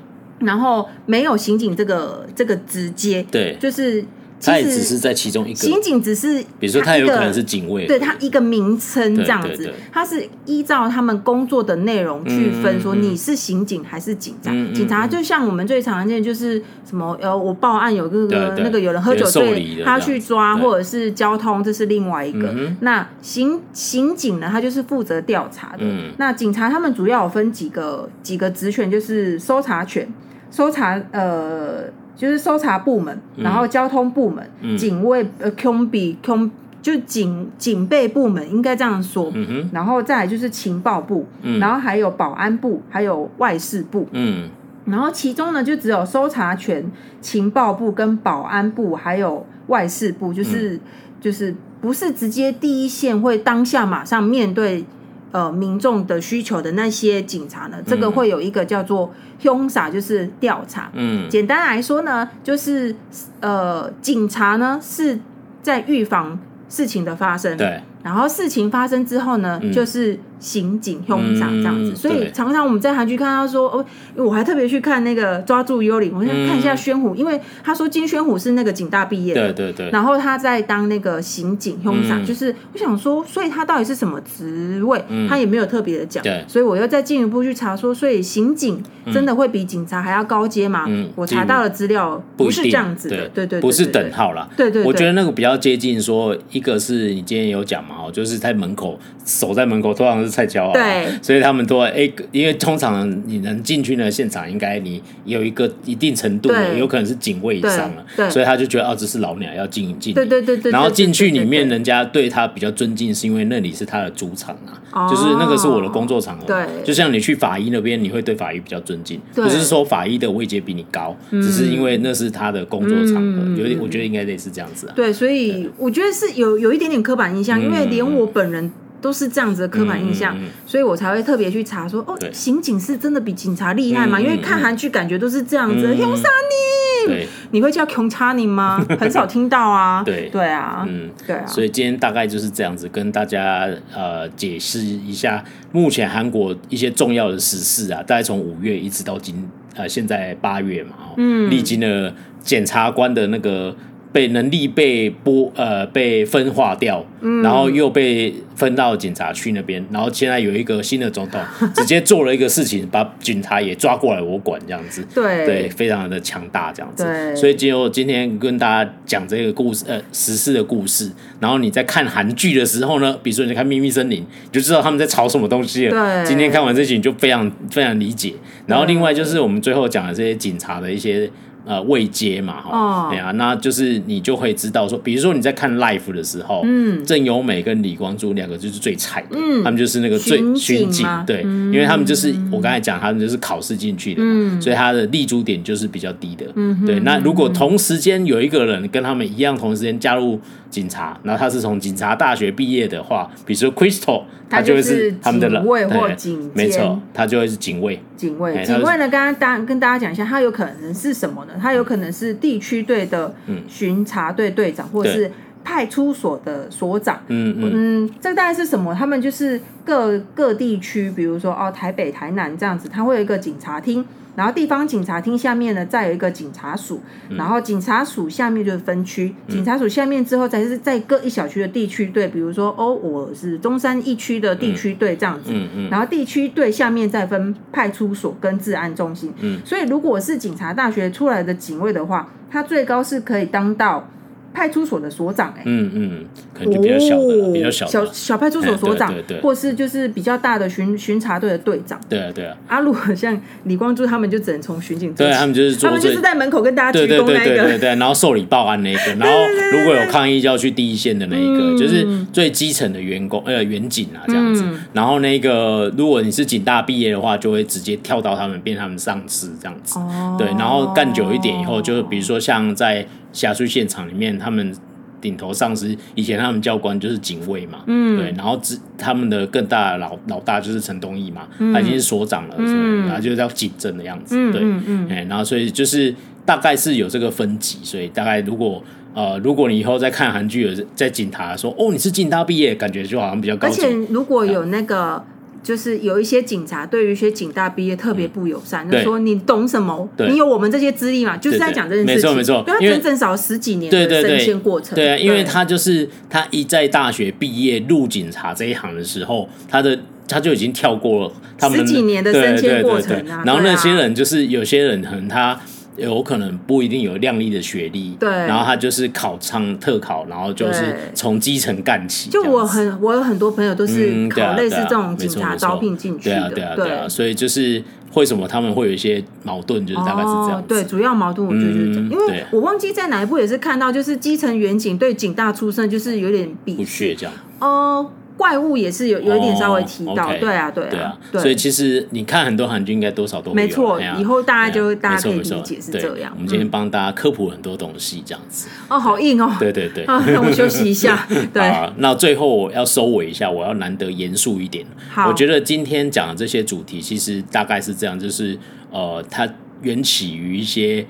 B: 然后没有刑警这个这个直接，
A: 对，
B: 就是其
A: 他也只
B: 实
A: 是在其中一个，
B: 刑警只是
A: 比如说他
B: 一
A: 有
B: 个
A: 可能是警卫，
B: 对他一个名称这样
A: 对对
B: 子
A: 对，
B: 他是依照他们工作的内容去
A: 嗯
B: 分，说你是刑警还是警察。
A: 嗯嗯
B: 警察就像我们最常见就是什么呃，我报案有个
A: 对
B: 个
A: 对
B: 那个有人喝酒
A: 有人受理
B: 醉
A: 的，
B: 他去抓，
A: 对
B: 或者是交通，这是另外一个
A: 嗯哼。
B: 那刑刑警呢，他就是负责调查的
A: 嗯。
B: 那警察他们主要有分几个几个职权，就是搜查权、搜查呃。就是搜查部门，
A: 嗯
B: 然后交通部门、警卫呃 q b q 就警警备部门应该这样说，
A: 嗯哼，
B: 然后再来就是情报部，然后还有保安部，还有外事部，
A: 嗯，
B: 然后其中呢就只有搜查权、情报部跟保安部，还有外事部，就是、就是不是直接第一线会当下马上面对。呃，民众的需求的那些警察呢，这个
A: 嗯
B: 会有一个叫做凶杀，就是调查。
A: 嗯，
B: 简单来说呢，就是呃，警察呢是在预防事情的发生，
A: 对，
B: 然后事情发生之后呢，
A: 嗯
B: 就是刑警凶杀这样子。
A: 嗯
B: 所以
A: 对
B: 常常我们在韩剧看到说，哦，我还特别去看那个《抓住幽灵》，我
A: 嗯
B: 想看一下宣虎，因为他说金宣虎是那个警大毕业的
A: 对，对对，
B: 然后他在当那个刑警凶杀，
A: 嗯
B: 就是我想说，所以他到底是什么职位，
A: 嗯
B: 他也没有特别的讲
A: 对，
B: 所以我又再进一步去查说，所以刑警真的会比警察还要高阶吗？
A: 嗯
B: 我查到的资料
A: 一
B: 是
A: 定
B: 这样子的，对对，对
A: 不是等，号啦。
B: 对对对
A: 我觉得那个比较接近说，一个是你今天有讲嘛，哦，就是在门口守在门口，通常是蔡乔啊，
B: 对
A: 所以他们都会哎、因为通常你能进去呢，现场应该你有一个一定程度了，
B: 对
A: 有可能是警卫以上了
B: 对，对
A: 所以他就觉得哦，这是老鸟要进一进，
B: 对对对对
A: 然后
B: 对对
A: 进去
B: 对对
A: 里面，
B: 对
A: 人家对他比较尊敬，是因为那里是他的主场啊，就是那个是我的工作场合，
B: 哦对
A: 就像你去法医那边，你会对法医比较尊敬，
B: 对
A: 不是说法医的位阶比你高，只是因为那是他的工作场合，
B: 嗯
A: 有点我觉得应该类似这样子啊。
B: 对，所以我觉得是有有一点点刻板印象，因为连我本人都是这样子的刻板印象，
A: 嗯嗯嗯嗯
B: 所以我才会特别去查说，哦
A: 对，
B: 刑警是真的比警察厉害吗？
A: 嗯嗯嗯
B: 因为看韩剧感觉都是这样子，凶杀你，
A: 对，
B: 你会叫凶杀
A: (laughs)
B: 你吗？很少听到啊，
A: 对
B: 对啊，
A: 嗯，
B: 对啊，
A: 所以今天大概就是这样子，跟大家呃解释一下目前韩国一些重要的时事啊，大概从五月一直到今呃现在八月嘛，哦、嗯，历经了检察官的那个被能力被剥呃被分化掉，嗯，然后又被分到警察区那边，然后现在有一个新的总 (laughs) 统直接做了一个事情，把警察也抓过来我管这样子，
B: 对
A: 对，非常的强大这样子，
B: 对
A: 所以就今天跟大家讲这个故事，呃，时事的故事。然后你在看韩剧的时候呢，比如说你在看《秘密森林》，你就知道他们在吵什么东西了。
B: 对
A: 今天看完这集，你就非常非常理解。然后另外就是我们最后讲的这些警察的一些。呃，位阶嘛，哈、
B: 哦
A: 对啊，那就是你就会知道说，比如说你在看《Life》的时候，嗯，郑有美跟李光洙两个就是最菜的，嗯，他们就是那个最
B: 巡警
A: 巡警
B: 吗，嗯
A: 对，因为他们就是我刚才讲，他们就是考试进去的嘛，所以他的立足点就是比较低的。
B: 嗯
A: 对，那如果同时间有一个人跟他们一样，同时间加入警察，然后他是从警察大学毕业的话，比如说 Crystal，他
B: 他
A: 就
B: 就
A: 会
B: 是
A: 是他们的老
B: 警卫或
A: 对
B: 警监
A: 没错，他就会是警卫。
B: 警
A: 哎
B: 卫，
A: 他
B: 警
A: 是
B: 卫呢？刚刚大跟大家讲一下，他有可能是什么呢？他有可能是地区队的
A: 嗯
B: 巡查队队长，或者是派出所的所长。
A: 嗯嗯，
B: 嗯，这大概是什么？他们就是各各地区，比如说哦，台北、台南这样子，它会有一个警察厅，然后地方警察厅下面呢，再有一个警察署，然后警察署下面就是分区，警察署下面之后才是在各一小区的地区队，比如说哦，我是中山一区的地区队这样子，然后地区队下面再分派出所跟治安中心，所以如果是警察大学出来的警卫的话，他最高是可以当到派出所的所长、欸，
A: 嗯嗯，可能就比较小的啦，
B: 哦
A: 比较小的
B: 小
A: 啦。
B: 派出所所长，
A: 哎对对对
B: 或是就是比较大的巡巡查队的队长。
A: 对啊对啊，
B: 阿鲁好像李光洙他们就只能从巡警做
A: 对
B: 起，
A: 啊他们就是做
B: 他们就
A: 最
B: 是在门口跟大家
A: 对
B: 鞠
A: 对
B: 躬
A: 对
B: 那一
A: 对对
B: 个。
A: 对，然后受理报案那一个，然后如果有抗议就要去第一线的那一个，就是
B: 嗯
A: 最基层的员工呃员警啊这样子。然后那个如果你是警大毕业的话，就会直接跳到他们变他们上司这样子。
B: 哦
A: 对，然后干久一点以后，就比如说像在辖区现场里面，他们顶头上司以前他们教官就是警卫嘛，嗯，对，然后只他们的更大的老老大就是陈东义嘛，他已经是所长了，嗯，然后就是叫警政的样子，对，
B: 嗯嗯
A: 哎、然后所以就是大概是有这个分级，所以大概如果。呃，如果你以后在看韩剧，有在警察说哦，你是警大毕业，感觉就好像比较高
B: 而
A: 级嗯
B: 且，如果有那个。就是有一些警察对于一些警大毕业特别不友善，就
A: 对
B: 说你懂什么？
A: 对
B: 你有我们这些资历嘛？就是在讲这件事情，
A: 没错没错
B: 因为
A: 因
B: 他
A: 为
B: 整整少十几年
A: 对对
B: 的
A: 对，
B: 升迁过程，
A: 对啊，因为他就是他一在大学毕业入警察这一行的时候，他的他就已经跳过了他们的
B: 十几年的
A: 对
B: 升迁过程
A: 对
B: 啊
A: 对对
B: 对啊
A: 然后那些人就是有些人可能他。有可能不一定有亮丽的学历，
B: 对
A: 然后他就是考上特考，然后就是
B: 对
A: 从基层干起这
B: 就
A: 样子。
B: 我很我有很多朋友都是
A: 嗯对啊
B: 考类似
A: 对啊
B: 这种
A: 没
B: 警
A: 错
B: 察
A: 没错
B: 招聘进去
A: 对啊
B: 的，
A: 对啊对啊，所以就是为什么他们会有一些矛盾，就是大概是这样
B: 哦
A: 子。。
B: 对，主要矛盾我觉得就是这样，
A: 嗯
B: 因
A: 对
B: 为我忘记在哪一部也是看到，就是基层远警对警大出身就是有点
A: 不
B: 鄙
A: 屑
B: 视
A: 这样，
B: 哦。怪物也是有有一点稍微提到，
A: 哦，OK
B: 对啊，对
A: 对
B: 啊
A: 啊，，
B: 对，
A: 所以其实你看很多韩剧应该多少都会有
B: 没错
A: 哎呀
B: 以后大家就
A: 哎呀
B: 大家
A: 没错
B: 可以
A: 没错
B: 理解是
A: 对
B: 这样嗯
A: 我们今天帮大家科普很多东西，这样
B: (laughs)
A: 子。
B: 哦，好硬哦，
A: 对对对。
B: 啊，让 (laughs) 我休息
A: (laughs)
B: 一下，对，
A: 啊，那最后我要收尾一下，我要难得严肃一点。
B: 好
A: 我觉得今天讲的这些主题，其实大概是这样，就是呃，它缘起于一些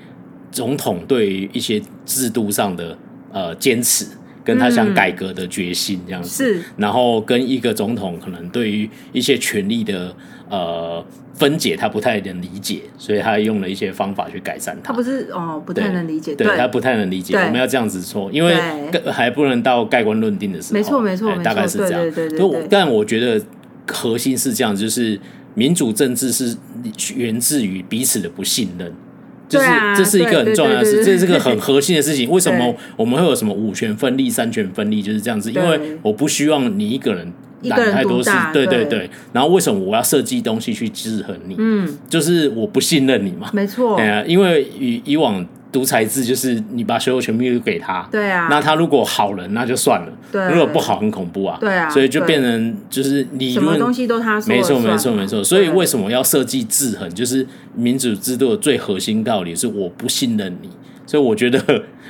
A: 总统对于一些制度上的呃坚持，跟他想改革的决心这样子。
B: 嗯是
A: 然后跟一个总统可能对于一些权力的呃分解，他不太能理解，所以他用了一些方法去改善它
B: 他。不是哦，不
A: 对
B: 太能理解，
A: 对他不太能理解。
B: 对
A: 我们要这样子说，因为
B: 对
A: 盖还不能到盖棺论定的时候，
B: 没错没错
A: 哎
B: 没错
A: 大概是这样。
B: 对对对对
A: 所以我
B: 对
A: 但我觉得核心是这样，就是民主政治是源自于彼此的不信任。就是
B: 对啊
A: 这是一个很重要的
B: 对对对
A: 事，
B: 对
A: 这是个
B: (laughs)
A: 很核心的事情。为什么
B: 对
A: 我们会有什么五权分立、三权分立，就是这样子？因
B: 对
A: 为我不希望你一个人
B: 一个人
A: 揽太多
B: 独
A: 事
B: 大，
A: 对
B: 对
A: 对。然后为什么我要设计东西去制衡你？
B: 嗯，
A: 就是我不信任你嘛。
B: 没错
A: 对，啊，因为以以往独裁制就是你把所有权利都给他，
B: 对啊，
A: 那他如果好人那就算了，
B: 对
A: 如果不好很恐怖啊，
B: 对啊
A: 所以就
B: 对
A: 变成就是理
B: 什么
A: 论
B: 东西都他说
A: 没
B: 了
A: 错，
B: 算
A: 没错，没错。所以
B: 对
A: 为什么要设计制衡？就是民主制度的最核心道理是我不信任你。所以我觉得，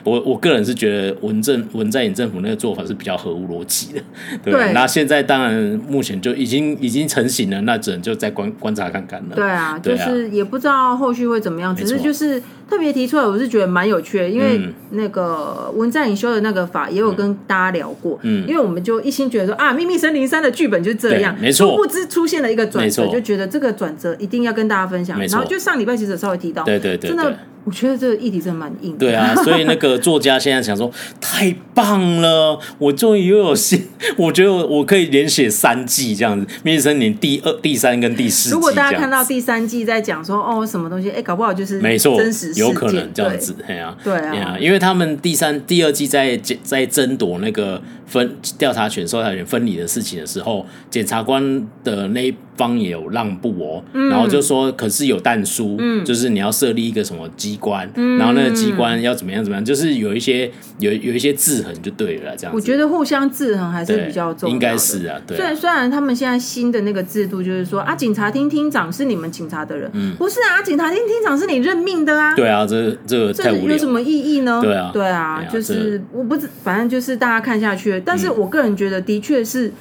A: 我我个人是觉得文政文在寅政府那个做法是比较合乎逻辑的，对啊
B: 对
A: 那现在当然目前就已经已经成型了，那只能就再观观察看看了。
B: 对啊，
A: 对
B: 就
A: 啊
B: 是也不知道后续会怎么样，只
A: 没
B: 是
A: 错
B: 就是特别提出来，我是觉得蛮有趣的，因
A: 嗯
B: 为那个文在寅修的那个法也有跟大家聊过，
A: 嗯
B: 因为我们就一心觉得说啊，《秘密森林三》的剧本就是这样，
A: 对没错
B: 殊不知出现了一个转
A: 没
B: 折，
A: 错
B: 就觉得这个转折一定要跟大家分享，
A: 没错
B: 然后就上礼拜其实有稍微提到，
A: 对对对
B: 真
A: 对
B: 的。我觉得这个议题真的蛮硬的，
A: 对啊，所以那个作家现在想说，太棒了，我终于又有新，我觉得我可以连写三季这样子，《密室森林》第二、第三跟第四季这样子。
B: 如果大家看到第三季在讲说哦什么东西，哎、搞不好就是
A: 没错，
B: 真实事件
A: 有可能这样子，嘿啊，
B: 对啊
A: 嘿因为他们第三、第二季在检在争夺那个分调查权、搜查权分离的事情的时候，检察官的那一方也有让步哦，
B: 嗯
A: 然后就说可是有但书，就是你要设立一个什么机关，
B: 嗯
A: 然后那个机关要怎么样怎么样，就是有一些有有一些制衡就对了啦，这样子，
B: 我觉得互相制衡还是
A: 对
B: 比较重要的，
A: 应该是啊，对
B: 虽
A: 啊
B: 然虽然他们现在新的那个制度就是说啊，警察厅厅长是你们警察的人，不是啊，警察厅厅长是你任命的啊，
A: 嗯对啊，这这个
B: 这
A: 太无
B: 有
A: 聊
B: 什
A: 了，
B: 么意义呢？
A: 对啊
B: 对啊
A: 哎呀，
B: 就是我不知，反正就是大家看下去，但是我个人觉得的确是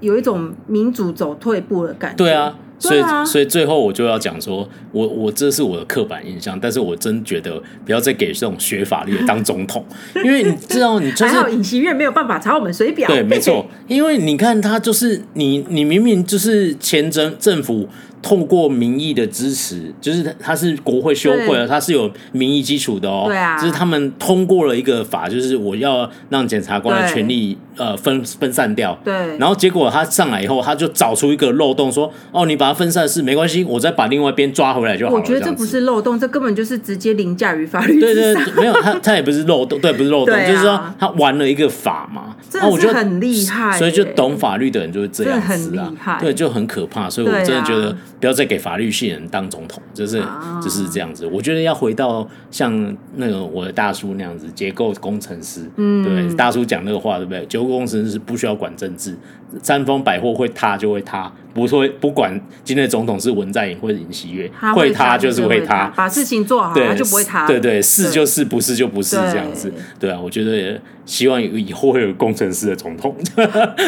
B: 有一种民主走退步的感觉，
A: 对啊，所以、
B: 对啊
A: 所以最后我就要讲说，我我这是我的刻板印象，但是我真觉得不要再给这种学法律的当总
B: (laughs)
A: 统，因为你知道你就是
B: 还好尹锡悦没有办法查我们水表， (laughs)
A: 对，没错，因为你看他就是你，你明明就是前政政府透过民意的支持，就是他他是国会修会
B: 对
A: 了，他是有民意基础的哦，
B: 对啊
A: 就是他们通过了一个法，就是我要让检察官的权力呃分分散掉，
B: 对
A: 然后结果他上来以后，他就找出一个漏洞说，哦，你把它分散是没关系，我再把另外一边抓回来就好了，
B: 我觉得
A: 这
B: 这
A: 样
B: 不
A: 子
B: 是漏洞，这根本就是直接凌驾于法律
A: 对
B: 之
A: 对
B: 上。
A: 对，没有他，他也不是漏
B: (laughs)
A: 洞，对，不是漏洞，
B: 对啊
A: 就是说他玩了一个法嘛。
B: 真
A: 啊我
B: 的
A: 觉
B: 是
A: 得
B: 很厉害耶、
A: 所以就懂法律的人就是这样子
B: 真的
A: 啊
B: 很厉，害
A: 对，就很可怕。所以我
B: 对啊
A: 真的觉得不要再给法律系人当总统，就是、
B: 啊
A: 就是这样子。我觉得要回到像那个我的大叔那样子，结构工程师，
B: 嗯
A: 对，大叔讲那个话对不对？结构工程师是不需要管政治，三丰百货会塌就会塌，不会不管今天的总统是文在寅或者尹锡悦
B: 他，
A: 会
B: 塌
A: 塌就是会
B: 会
A: 塌，
B: 把事情做好，他
A: 对，
B: 啊就不会塌。
A: 对对，是就是，不是就不是
B: 对
A: 这样子。对啊，我觉得也希望以后会有工程师的总统。 (laughs)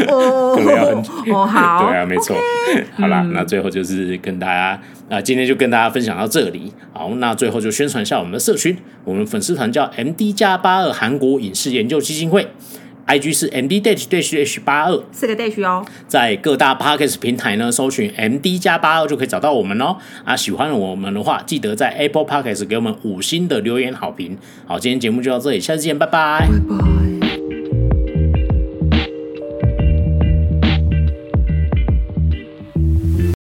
B: 哦
A: 可能要很
B: 哦，好，嗯
A: 对啊，没错。好啦，那最后就是跟大家啊、今天就跟大家分享到这里。好，那最后就宣传一下我们的社群，我们粉丝团叫 M D 加八二韩国影视研究基金会。I G 是 M D dash dash H 八二，
B: 四个 dash 哦，
A: 在各大 podcast 平台呢搜寻 M D 加八二就可以找到我们哦。啊，喜欢我们的话，记得在 Apple Podcast 给我们五星的留言好评。好，今天节目就到这里，下次见，拜拜。
B: 拜拜。